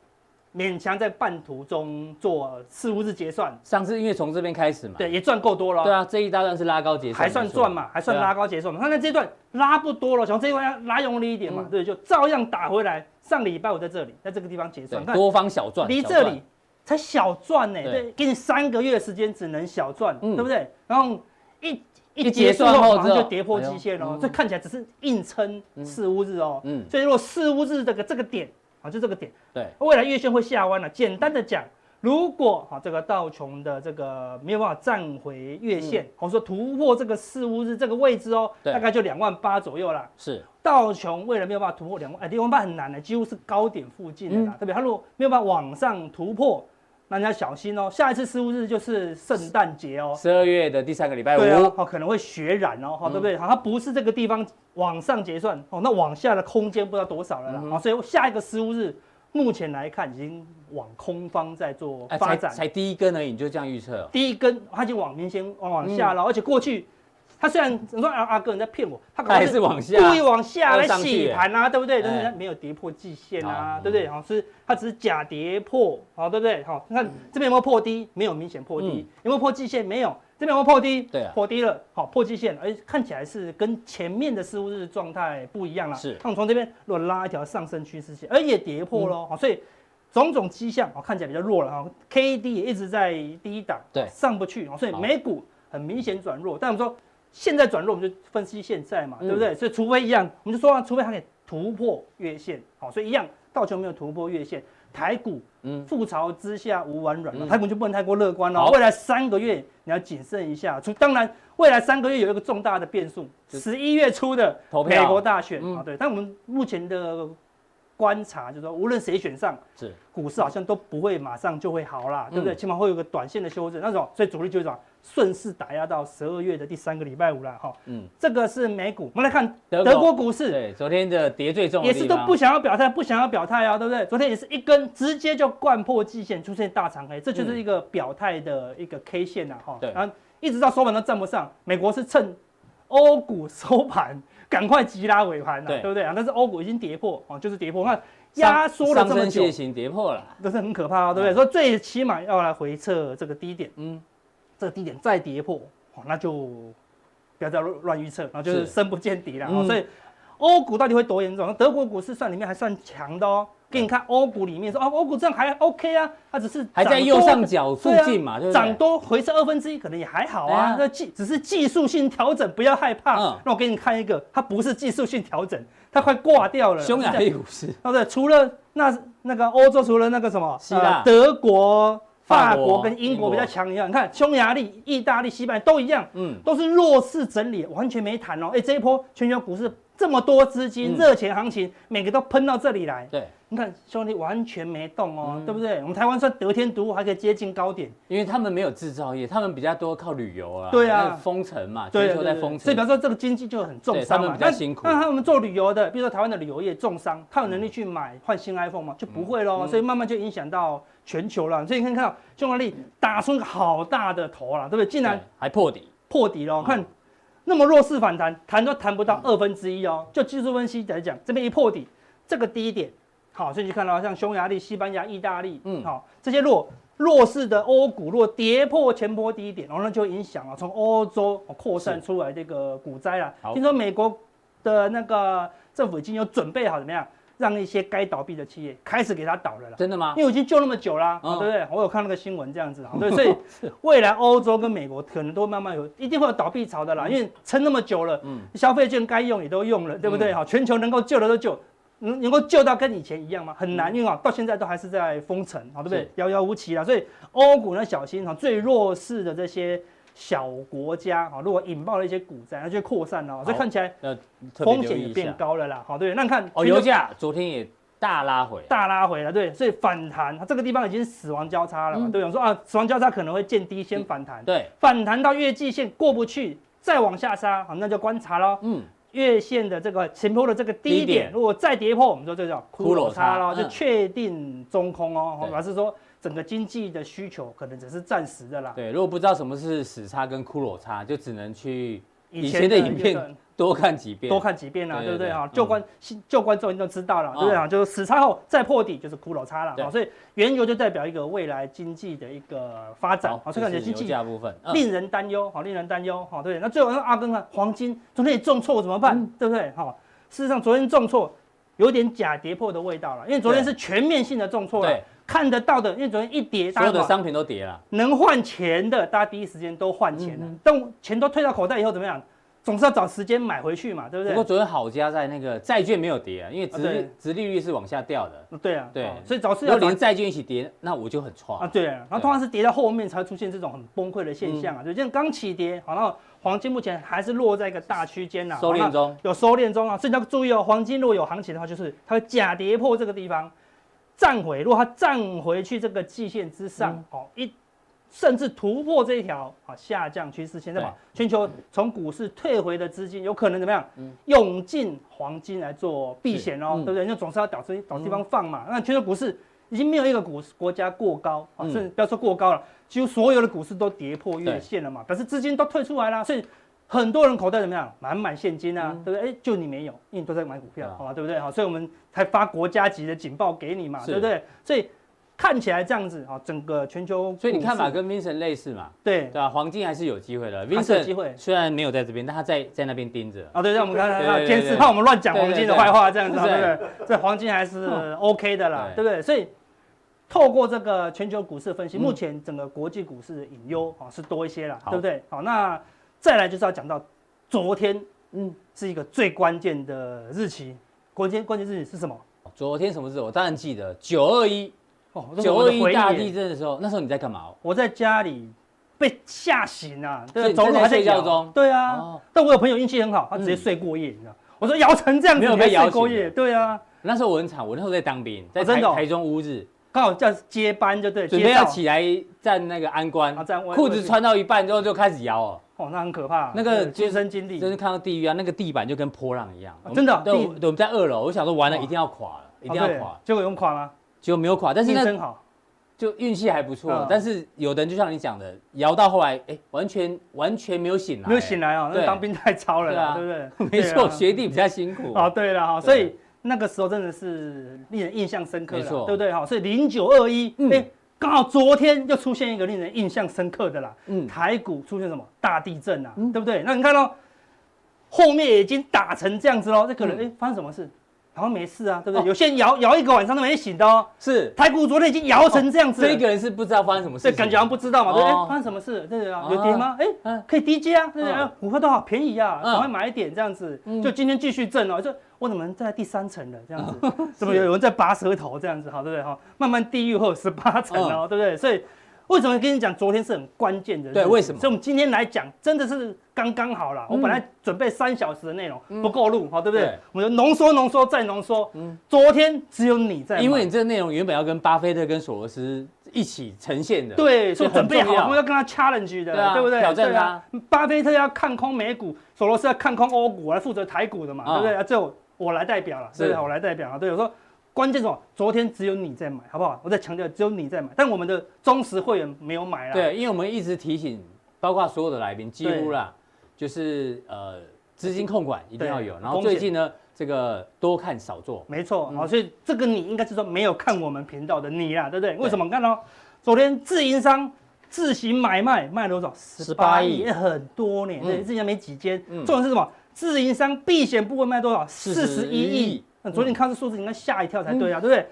[SPEAKER 3] 勉强在半途中做似乎是结算，
[SPEAKER 2] 上次因为从这边开始嘛，
[SPEAKER 3] 对，也赚够多了哦。
[SPEAKER 2] 对啊，这一大段是拉高结算，
[SPEAKER 3] 还算
[SPEAKER 2] 没错
[SPEAKER 3] 赚，嘛，还算
[SPEAKER 2] 对啊
[SPEAKER 3] 拉高结算嘛。那那这一段拉不多了，从这一段要拉用力一点嘛，
[SPEAKER 2] 嗯
[SPEAKER 3] 对，就照样打回来。上礼拜我在这里，在这个地方结算，
[SPEAKER 2] 对，
[SPEAKER 3] 看
[SPEAKER 2] 多方小赚，
[SPEAKER 3] 离
[SPEAKER 2] 小
[SPEAKER 3] 这
[SPEAKER 2] 赚
[SPEAKER 3] 里才小赚呢，
[SPEAKER 2] 对
[SPEAKER 3] 对，给你三个月的时间只能小赚，
[SPEAKER 2] 嗯
[SPEAKER 3] 对不对？然后一
[SPEAKER 2] 一
[SPEAKER 3] 一
[SPEAKER 2] 结
[SPEAKER 3] 结
[SPEAKER 2] 算
[SPEAKER 3] 算
[SPEAKER 2] 后
[SPEAKER 3] 后马
[SPEAKER 2] 之后
[SPEAKER 3] 上就跌破
[SPEAKER 2] 哎呦
[SPEAKER 3] 基线哦
[SPEAKER 2] 嗯，
[SPEAKER 3] 这看起来只是硬撑四五日哦，
[SPEAKER 2] 嗯
[SPEAKER 3] 所以如果四五日这个这个点啊，就这个点。
[SPEAKER 2] 对，
[SPEAKER 3] 未来月线会下弯了。简单的讲，如果哈、这个道琼的这个没有办法站回月线，我、说突破这个四五日这个位置哦，
[SPEAKER 2] 对
[SPEAKER 3] 大概就两万八左右啦。
[SPEAKER 2] 是
[SPEAKER 3] 道琼未来没有办法突破两万，哎，两万八很难的，几乎是高点附近的啦。特别它如果没有办法往上突破，那你要小心哦。下一次十五日就是圣诞节哦，
[SPEAKER 2] 十二月的第三个礼拜
[SPEAKER 3] 对啊，
[SPEAKER 2] 五，嗯
[SPEAKER 3] 哦，可能会血染哦，好、对不对？好，它不是这个地方往上结算哦，那往下的空间不知道多少了
[SPEAKER 2] 嗯
[SPEAKER 3] 啦。哦好、所以下一个十五日，目前来看已经往空方在做
[SPEAKER 2] 哎，
[SPEAKER 3] 发
[SPEAKER 2] 才
[SPEAKER 3] 展。
[SPEAKER 2] 才第一根而已，你就这样预测哦，
[SPEAKER 3] 第一根它已经往明显往往下
[SPEAKER 2] 嗯
[SPEAKER 3] 了，而且过去它虽然你说啊阿哥你在骗我，它可
[SPEAKER 2] 它还
[SPEAKER 3] 能
[SPEAKER 2] 是往下，
[SPEAKER 3] 故意往下
[SPEAKER 2] 它
[SPEAKER 3] 来
[SPEAKER 2] 会上去
[SPEAKER 3] 洗
[SPEAKER 2] 耶
[SPEAKER 3] 盘啊，对不对？但是
[SPEAKER 2] 哎
[SPEAKER 3] 它没有跌破季线
[SPEAKER 2] 哦
[SPEAKER 3] 啊，对不对？好，是它只是假跌破，好，对不对？好，你看这边有没有破低？没有明显破
[SPEAKER 2] 嗯
[SPEAKER 3] 低，有没有破季线？没有。这边有没有破低？
[SPEAKER 2] 对啊
[SPEAKER 3] 破低了，好，破季线，而看起来是跟前面的十五日状态不一样了。
[SPEAKER 2] 是
[SPEAKER 3] 那我们从这边如果拉一条上升趋势线，而也跌破
[SPEAKER 2] 嗯
[SPEAKER 3] 喽，好，所以种种迹象，好，看起来比较弱了哈。K D 也一直在低档，哦
[SPEAKER 2] 对
[SPEAKER 3] 上不去，好所以
[SPEAKER 2] 好
[SPEAKER 3] 美股很明显转弱。但我们说现在转弱，我们就分析现在嘛，
[SPEAKER 2] 嗯
[SPEAKER 3] 对不对？所以除非一样，我们就说、啊，除非它可以突破月线，好，所以一样，道琼没有突破月线，台股
[SPEAKER 2] 嗯
[SPEAKER 3] 覆巢之下无完卵嘛，
[SPEAKER 2] 嗯
[SPEAKER 3] 台股就不能太过乐观
[SPEAKER 2] 好
[SPEAKER 3] 了。未来三个月你要谨慎一下，除当然未来三个月有一个重大的变数，
[SPEAKER 2] 就
[SPEAKER 3] 十一月初的
[SPEAKER 2] 投票
[SPEAKER 3] 美国大选
[SPEAKER 2] 嗯
[SPEAKER 3] 啊，对，但我们目前的观察就是说，无论谁选上。
[SPEAKER 2] 是
[SPEAKER 3] 股市好像都不会马上就会好啦，对不对？
[SPEAKER 2] 嗯
[SPEAKER 3] 起码会有个短线的修正，那种所以主力就是把顺势打压到十二月的第三个礼拜五啦。哈。
[SPEAKER 2] 嗯，
[SPEAKER 3] 这个是美股，我们来看
[SPEAKER 2] 德
[SPEAKER 3] 德
[SPEAKER 2] 国
[SPEAKER 3] 国股市，
[SPEAKER 2] 对，昨天的跌最重的
[SPEAKER 3] 也是
[SPEAKER 2] 地
[SPEAKER 3] 都
[SPEAKER 2] 方
[SPEAKER 3] 不想要表态，不想要表态啊，对不对？昨天也是一根直接就灌破季线，出现大长黑，这就是一个表态的一个 K 线呐、啊，哈。
[SPEAKER 2] 对
[SPEAKER 3] 然后一直到收盘都站不上，美国是趁欧股收盘赶快急拉尾盘了、
[SPEAKER 2] 对
[SPEAKER 3] 对不对啊？但是欧股已经跌破哦，就是跌破，那
[SPEAKER 2] 上
[SPEAKER 3] 压缩了
[SPEAKER 2] 上
[SPEAKER 3] 这么
[SPEAKER 2] 升
[SPEAKER 3] 久
[SPEAKER 2] 楔，形跌破了，
[SPEAKER 3] 都是很可怕、啊，对不对？说最起码要来回测这个低点，
[SPEAKER 2] 嗯
[SPEAKER 3] 嗯，这个低点再跌破，哦，那就不要再乱乱预测，然后就是是深不见底了、哦
[SPEAKER 2] 嗯
[SPEAKER 3] 所以欧股到底会多严重？德国股市算里面还算强的哦。给你看欧股里面说，哦，欧股这样还 OK 啊，它只是
[SPEAKER 2] 还在
[SPEAKER 3] 涨
[SPEAKER 2] 右
[SPEAKER 3] 多啊
[SPEAKER 2] 上角附近嘛，对不
[SPEAKER 3] 涨
[SPEAKER 2] 对？
[SPEAKER 3] 多回撤二分之一可能也还好
[SPEAKER 2] 哎呀
[SPEAKER 3] 啊，那技只是技术性调整，不要害怕。
[SPEAKER 2] 嗯
[SPEAKER 3] 那我给你看一个，它不是技术性调整，它快挂掉了。
[SPEAKER 2] 匈牙
[SPEAKER 3] 是这样
[SPEAKER 2] 利股市
[SPEAKER 3] 哦，对，除了那那个欧洲，除了那个什么呃
[SPEAKER 2] 希腊
[SPEAKER 3] 德国、
[SPEAKER 2] 法
[SPEAKER 3] 法
[SPEAKER 2] 国
[SPEAKER 3] 国跟英国比较强一样，你看匈牙利、意大利、西班牙都一样，
[SPEAKER 2] 嗯
[SPEAKER 3] 嗯，都是弱势整理，完全没谈哦。哎，这一波全球股市这么多资金、
[SPEAKER 2] 嗯
[SPEAKER 3] 热钱行情，每个都喷到这里来，
[SPEAKER 2] 对，嗯
[SPEAKER 3] 你看兄弟完全没动哦，对不对？我们台湾算得天独厚，还可以接近高点，
[SPEAKER 2] 因为他们没有制造业，他们比较多靠旅游啊，
[SPEAKER 3] 对啊
[SPEAKER 2] 那个封城嘛，
[SPEAKER 3] 对
[SPEAKER 2] 全
[SPEAKER 3] 对
[SPEAKER 2] 球在
[SPEAKER 3] 对对
[SPEAKER 2] 封
[SPEAKER 3] 所以比
[SPEAKER 2] 城，
[SPEAKER 3] 方说这个经济就很重
[SPEAKER 2] 对
[SPEAKER 3] 伤
[SPEAKER 2] 他
[SPEAKER 3] 嘛，
[SPEAKER 2] 们比较辛苦
[SPEAKER 3] 那那他们做旅游的，比如说台湾的旅游业重伤，他有能力去买换新 iPhone 吗？就不会喽。
[SPEAKER 2] 嗯
[SPEAKER 3] 所以慢慢就影响到全球了。所以你看看到匈牙利打出一个好大的头了，对不对？竟然
[SPEAKER 2] 对还破底，
[SPEAKER 3] 破
[SPEAKER 2] 嗯
[SPEAKER 3] 底喽，看那么弱势反弹，弹都弹不到二分之一哦。就技术分析来讲，这边一破底，这个低点，好，所以你就看到像匈牙利、西班牙、意大利，
[SPEAKER 2] 嗯
[SPEAKER 3] 嗯，好，这些弱弱势的欧股若跌破前波低点，哦然后那就影响了从欧洲哦扩散出来这个股灾啦
[SPEAKER 2] 好。
[SPEAKER 3] 听说美国的那个政府已经有准备好怎么样，让一些该倒闭的企业开始给它倒了啦。
[SPEAKER 2] 真的吗
[SPEAKER 3] 因？为我已经救那么久啦、
[SPEAKER 2] 嗯
[SPEAKER 3] 对不对？我有看那个新闻这样子 啊，对，所以未来欧洲跟美国可能都慢慢有，一定会有倒闭潮的啦，因为撑那么久了，
[SPEAKER 2] 嗯
[SPEAKER 3] 消费券该用也都用了，对不对？哈、全球能够救的都救，能能够救到跟以前一样吗？很难，因为啊，到现在都还是在封城，啊，对不对
[SPEAKER 2] 嗯是？
[SPEAKER 3] 遥遥无期啦，所以欧股呢，小心哈，最弱势的这些小国家哈，如果引爆了一些股灾，那就扩散了，所以看起来
[SPEAKER 2] 要特别
[SPEAKER 3] 风
[SPEAKER 2] 留
[SPEAKER 3] 险
[SPEAKER 2] 意
[SPEAKER 3] 也
[SPEAKER 2] 一
[SPEAKER 3] 变
[SPEAKER 2] 下。
[SPEAKER 3] 高了啦，好，对不对，那你看
[SPEAKER 2] 哦，
[SPEAKER 3] 全球
[SPEAKER 2] 油价昨天也大拉回，啊
[SPEAKER 3] 大拉回了，对，所以反弹，它啊这个地方已经是死亡交叉了嘛，
[SPEAKER 2] 嗯
[SPEAKER 3] 对，我说啊，死亡交叉可能会见低先反弹，
[SPEAKER 2] 对，
[SPEAKER 3] 反弹到月季线过不去，再往下杀，好，那就观察喽。
[SPEAKER 2] 嗯，
[SPEAKER 3] 月线的这个前坡的这个低
[SPEAKER 2] 低
[SPEAKER 3] 点
[SPEAKER 2] 点，
[SPEAKER 3] 如果再跌破，我们说这叫
[SPEAKER 2] 骷
[SPEAKER 3] 骷
[SPEAKER 2] 髅
[SPEAKER 3] 髅
[SPEAKER 2] 叉
[SPEAKER 3] 叉喽，
[SPEAKER 2] 嗯
[SPEAKER 3] 就确定中空哦，
[SPEAKER 2] 对
[SPEAKER 3] 表示说整个经济的需求可能只是暂时的啦。
[SPEAKER 2] 对，如果不知道什么是死叉跟骷髅叉，就只能去以
[SPEAKER 3] 以
[SPEAKER 2] 前
[SPEAKER 3] 前
[SPEAKER 2] 的
[SPEAKER 3] 的
[SPEAKER 2] 影片
[SPEAKER 3] 那个
[SPEAKER 2] 多看几遍，
[SPEAKER 3] 多看几遍啦，
[SPEAKER 2] 对
[SPEAKER 3] 对不
[SPEAKER 2] 对对
[SPEAKER 3] 对啊
[SPEAKER 2] 嗯？
[SPEAKER 3] 旧观新旧观众已经都知道了，对不对啊？就是死叉后再破底就是骷髅叉了
[SPEAKER 2] 对
[SPEAKER 3] 啊，所以原油就代表一个未来经济的一个发展啊，所以感觉经
[SPEAKER 2] 油
[SPEAKER 3] 济
[SPEAKER 2] 价部分，嗯
[SPEAKER 3] 令人担忧，好，令人担忧，好，对不对。那最后那阿根啊，黄金昨天也重挫怎么办？
[SPEAKER 2] 嗯
[SPEAKER 3] 对不对？好，事实上昨天重挫有点假跌破的味道了，因为昨天
[SPEAKER 2] 对
[SPEAKER 3] 是全面性的重挫了
[SPEAKER 2] 对，，
[SPEAKER 3] 看得到的，因为昨天一跌，
[SPEAKER 2] 嗯所
[SPEAKER 3] 大家
[SPEAKER 2] 有的
[SPEAKER 3] 好
[SPEAKER 2] 商品都跌了，
[SPEAKER 3] 能换钱的，大家第一时间都换钱了
[SPEAKER 2] 嗯哼，
[SPEAKER 3] 但钱都退到口袋以后怎么样？总是要找时间买回去嘛，对不
[SPEAKER 2] 不
[SPEAKER 3] 对
[SPEAKER 2] 过？昨天好家在那个债券没有跌啊，因为
[SPEAKER 3] 啊对
[SPEAKER 2] 殖殖利率是往下掉的，
[SPEAKER 3] 嗯对啊，
[SPEAKER 2] 对
[SPEAKER 3] 哦所以早
[SPEAKER 2] 如
[SPEAKER 3] 市
[SPEAKER 2] 果
[SPEAKER 3] 要
[SPEAKER 2] 连
[SPEAKER 3] 连
[SPEAKER 2] 债券一起跌，那我就很差
[SPEAKER 3] 啊，对啊，然后通常是跌到后面才会出现这种很崩溃的现象啊，
[SPEAKER 2] 嗯
[SPEAKER 3] 就像刚起跌，好，然后黄金目前还是落在一个大区间呐，
[SPEAKER 2] 收敛中
[SPEAKER 3] 好，那有收敛中啊，所以你要注意哦，黄金如果有行情的话，就是它会假跌破这个地方，站回，如果它站回去这个季线之
[SPEAKER 2] 嗯
[SPEAKER 3] 上，哦一。甚至突破这一条啊下降趋势线，那么
[SPEAKER 2] 嗯
[SPEAKER 3] 全球从股市退回的资金有可能怎么样？用尽黄金来做避险哦，
[SPEAKER 2] 嗯是嗯
[SPEAKER 3] 对不对？那总是要找地找地方放嘛。那全球股市已经没有一个股国家过高，啊
[SPEAKER 2] 嗯
[SPEAKER 3] 甚至不要说过高了，几乎所有的股市都跌破月线了嘛，表示资金都退出来啦，所以。很多人口袋怎么样？满满现金啊，对不对？哎，就你没有，因为你都在买股
[SPEAKER 2] 嗯
[SPEAKER 3] 票
[SPEAKER 2] 对啊，
[SPEAKER 3] 好吧，对不对？好，所以我们才发国家级的警报给你嘛，
[SPEAKER 2] 是
[SPEAKER 3] 对不对？所以看起来这样子啊，整个全球，
[SPEAKER 2] 所以你看嘛，，跟 Vincent 类似嘛，
[SPEAKER 3] 对
[SPEAKER 2] 对啊，黄金还是有机会的。
[SPEAKER 3] 还是有
[SPEAKER 2] Vincent
[SPEAKER 3] 机会
[SPEAKER 2] 虽然没有在这边，但他在在那边盯着。
[SPEAKER 3] 啊，对，让我们看
[SPEAKER 2] 对
[SPEAKER 3] 看
[SPEAKER 2] 对
[SPEAKER 3] 啊，
[SPEAKER 2] 对
[SPEAKER 3] 监
[SPEAKER 2] 对
[SPEAKER 3] 视，怕我们乱讲
[SPEAKER 2] 对对
[SPEAKER 3] 黄金的
[SPEAKER 2] 对
[SPEAKER 3] 坏话，这样子，
[SPEAKER 2] 是
[SPEAKER 3] 对不对？这黄金还是
[SPEAKER 2] 嗯
[SPEAKER 3] OK 的啦，
[SPEAKER 2] 对嗯
[SPEAKER 3] 对不对？所以透过这个全球股市分析，目前整个国际股市的隐忧啊是多一些啦，
[SPEAKER 2] 好
[SPEAKER 3] 对不对？好，那再来就是要讲到昨天
[SPEAKER 2] 嗯，
[SPEAKER 3] 是一个最关键的日期，关键关键日期是什么？
[SPEAKER 2] 昨天什么事？我当然记得九二一，
[SPEAKER 3] 哦
[SPEAKER 2] 九二一大，
[SPEAKER 3] 这是我的回忆
[SPEAKER 2] 地
[SPEAKER 3] 耶
[SPEAKER 2] 震的时候，那时候你在干嘛？
[SPEAKER 3] 我在家里被吓醒啊，
[SPEAKER 2] 所以
[SPEAKER 3] 对，
[SPEAKER 2] 你
[SPEAKER 3] 走路
[SPEAKER 2] 正在
[SPEAKER 3] 还在
[SPEAKER 2] 睡觉
[SPEAKER 3] 摇
[SPEAKER 2] 中
[SPEAKER 3] 对啊
[SPEAKER 2] 哦，
[SPEAKER 3] 但我有朋友运气很好，他直接
[SPEAKER 2] 嗯
[SPEAKER 3] 睡过夜，你知道。我说 摇成这样子，
[SPEAKER 2] 没有
[SPEAKER 3] 你还
[SPEAKER 2] 被摇
[SPEAKER 3] 睡过
[SPEAKER 2] 醒
[SPEAKER 3] 夜，
[SPEAKER 2] 的
[SPEAKER 3] 对啊，
[SPEAKER 2] 那时候我很惨，我那时候在当兵，在
[SPEAKER 3] 哦真
[SPEAKER 2] 台
[SPEAKER 3] 的哦
[SPEAKER 2] 台中乌日，
[SPEAKER 3] 刚好叫接班就对，
[SPEAKER 2] 准
[SPEAKER 3] 接
[SPEAKER 2] 备要
[SPEAKER 3] 到
[SPEAKER 2] 起来站那个安官
[SPEAKER 3] 啊站，安
[SPEAKER 2] 裤子穿到一半之后就开始摇哦，
[SPEAKER 3] 哦，那很可怕，
[SPEAKER 2] 那个就是
[SPEAKER 3] 对亲身经历，
[SPEAKER 2] 真是看到地狱啊！那个地板就跟波浪一样
[SPEAKER 3] 啊，真的啊
[SPEAKER 2] 我们对，
[SPEAKER 3] 地
[SPEAKER 2] 我对我们在二楼，我想说完了，
[SPEAKER 3] 哇
[SPEAKER 2] 一定要垮了，一定
[SPEAKER 3] 哦
[SPEAKER 2] 要
[SPEAKER 3] 对
[SPEAKER 2] 垮，
[SPEAKER 3] 结果有垮吗？
[SPEAKER 2] 结果没有垮，但是
[SPEAKER 3] 运
[SPEAKER 2] 那
[SPEAKER 3] 真好，
[SPEAKER 2] 就运气还不错
[SPEAKER 3] 嗯。
[SPEAKER 2] 但是有的人就像你讲的，摇到后来，哎，完全完全没有醒来，
[SPEAKER 3] 没有醒来啊，那
[SPEAKER 2] 对
[SPEAKER 3] 当兵太操了啦，
[SPEAKER 2] 对
[SPEAKER 3] 对
[SPEAKER 2] 啊
[SPEAKER 3] 不 对？
[SPEAKER 2] 没错，
[SPEAKER 3] 对啊
[SPEAKER 2] 学弟比较辛苦。
[SPEAKER 3] 哦，对了哈，
[SPEAKER 2] 对
[SPEAKER 3] 所以那个时候真的是令人印象深刻
[SPEAKER 2] 没
[SPEAKER 3] 啦，
[SPEAKER 2] 错
[SPEAKER 3] 对不对哈？所以零九二一，
[SPEAKER 2] 嗯
[SPEAKER 3] 哎，刚好昨天又出现一个令人印象深刻的啦，
[SPEAKER 2] 嗯
[SPEAKER 3] 台股出现什么大地震啊，对不对？那你看到后面已经打成这样子喽，这可能
[SPEAKER 2] 嗯
[SPEAKER 3] 哎发生什么事？好像没事啊，对不
[SPEAKER 2] 哦
[SPEAKER 3] 对？有些人摇摇一个晚上都没醒的哦，
[SPEAKER 2] 是
[SPEAKER 3] 台股昨天已经摇成这样子了，
[SPEAKER 2] 哦这一个人是不知道发生什么事
[SPEAKER 3] 这
[SPEAKER 2] 情，
[SPEAKER 3] 感觉好像不知道嘛，对不对？
[SPEAKER 2] 哦
[SPEAKER 3] 哎发生什么事？对啊
[SPEAKER 2] 啊，
[SPEAKER 3] 有跌吗？哎、
[SPEAKER 2] 嗯
[SPEAKER 3] 可以低接啊，对不对？
[SPEAKER 2] 嗯
[SPEAKER 3] 哎股票都好便宜啊，
[SPEAKER 2] 嗯
[SPEAKER 3] 赶快买一点这样子
[SPEAKER 2] 嗯。
[SPEAKER 3] 就今天继续挣哦，就我怎么能站在第三层了这样
[SPEAKER 2] 哦
[SPEAKER 3] 子？怎么有人在拔舌头这样子？好，对不对？哈，慢慢地狱会有十八层哦，对不对？所以为什么跟你讲昨天是很关键的日子？
[SPEAKER 2] 对为什么嗯
[SPEAKER 3] 所以我们今天来讲，真的是刚刚好啦。我本来准备三小时的内容不够录，好对不对
[SPEAKER 2] 对？嗯
[SPEAKER 3] 我们就浓缩、浓缩再浓缩。昨天只有你在忙，
[SPEAKER 2] 因为你这个内容原本要跟巴菲特跟索罗斯一起呈现的，
[SPEAKER 3] 对，
[SPEAKER 2] 所
[SPEAKER 3] 所
[SPEAKER 2] 以
[SPEAKER 3] 以
[SPEAKER 2] 很
[SPEAKER 3] 准备
[SPEAKER 2] 重
[SPEAKER 3] 好，我们
[SPEAKER 2] 要
[SPEAKER 3] 要。跟他 challenge 的，
[SPEAKER 2] 对啊
[SPEAKER 3] 不对？
[SPEAKER 2] 挑战
[SPEAKER 3] 对啊。巴菲特要看空美股，索罗斯要看空欧股，我来负责台股的嘛，
[SPEAKER 2] 啊
[SPEAKER 3] 对不对？啊，最后我来代表了，
[SPEAKER 2] 是
[SPEAKER 3] 对不对？我来代表了，对，我说。关键是什么？昨天只有你在买，好不好？我再强调，只有你在买，但我们的忠实会员没有买啦。，
[SPEAKER 2] 对，因为我们一直提醒，包括所有的来宾，几乎
[SPEAKER 3] 对
[SPEAKER 2] 啦，就是呃资金控管一定要有。
[SPEAKER 3] 对
[SPEAKER 2] 然后
[SPEAKER 3] 风险
[SPEAKER 2] 最近呢，这个多看少做，
[SPEAKER 3] 没错。好，所以这个你应该是说没有看我们频道的你啦，对不对？为什么？你看哦，昨天自营商自行买卖卖了多少？
[SPEAKER 2] 18亿
[SPEAKER 3] 也很多呢。对，
[SPEAKER 2] 嗯
[SPEAKER 3] 之前没几间。
[SPEAKER 2] 嗯
[SPEAKER 3] 重点是什么？自营商避险部位卖多少？四
[SPEAKER 2] 41
[SPEAKER 3] 十一
[SPEAKER 2] 亿嗯
[SPEAKER 3] 亿。那昨天你看这数字，你应该吓一跳才对啊，对不对？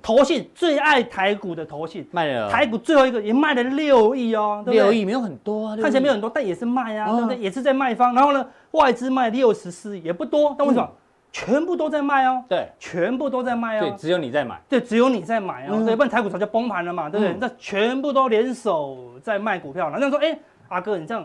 [SPEAKER 3] 投信最爱台股的投信，
[SPEAKER 2] 卖了
[SPEAKER 3] 台股最后一个也卖了六亿哦，对不对
[SPEAKER 2] 啊六亿，没有很多啊，
[SPEAKER 3] 看起来没
[SPEAKER 2] 六亿
[SPEAKER 3] 有很多，但也是卖啊，
[SPEAKER 2] 嗯
[SPEAKER 3] 对不对？也是在卖方。然后呢，外资卖六十四亿，也不多，但为
[SPEAKER 2] 嗯
[SPEAKER 3] 什么？全部都在卖哦，
[SPEAKER 2] 对
[SPEAKER 3] 全部都在卖
[SPEAKER 2] 对，
[SPEAKER 3] 哦。
[SPEAKER 2] 只有你在买，
[SPEAKER 3] 对，只有你在买啊，
[SPEAKER 2] 嗯
[SPEAKER 3] 对，不然台股早就崩盘了嘛，对不对
[SPEAKER 2] 嗯？
[SPEAKER 3] 那、全部都联手在卖股票了。那说，哎、阿哥，你这样，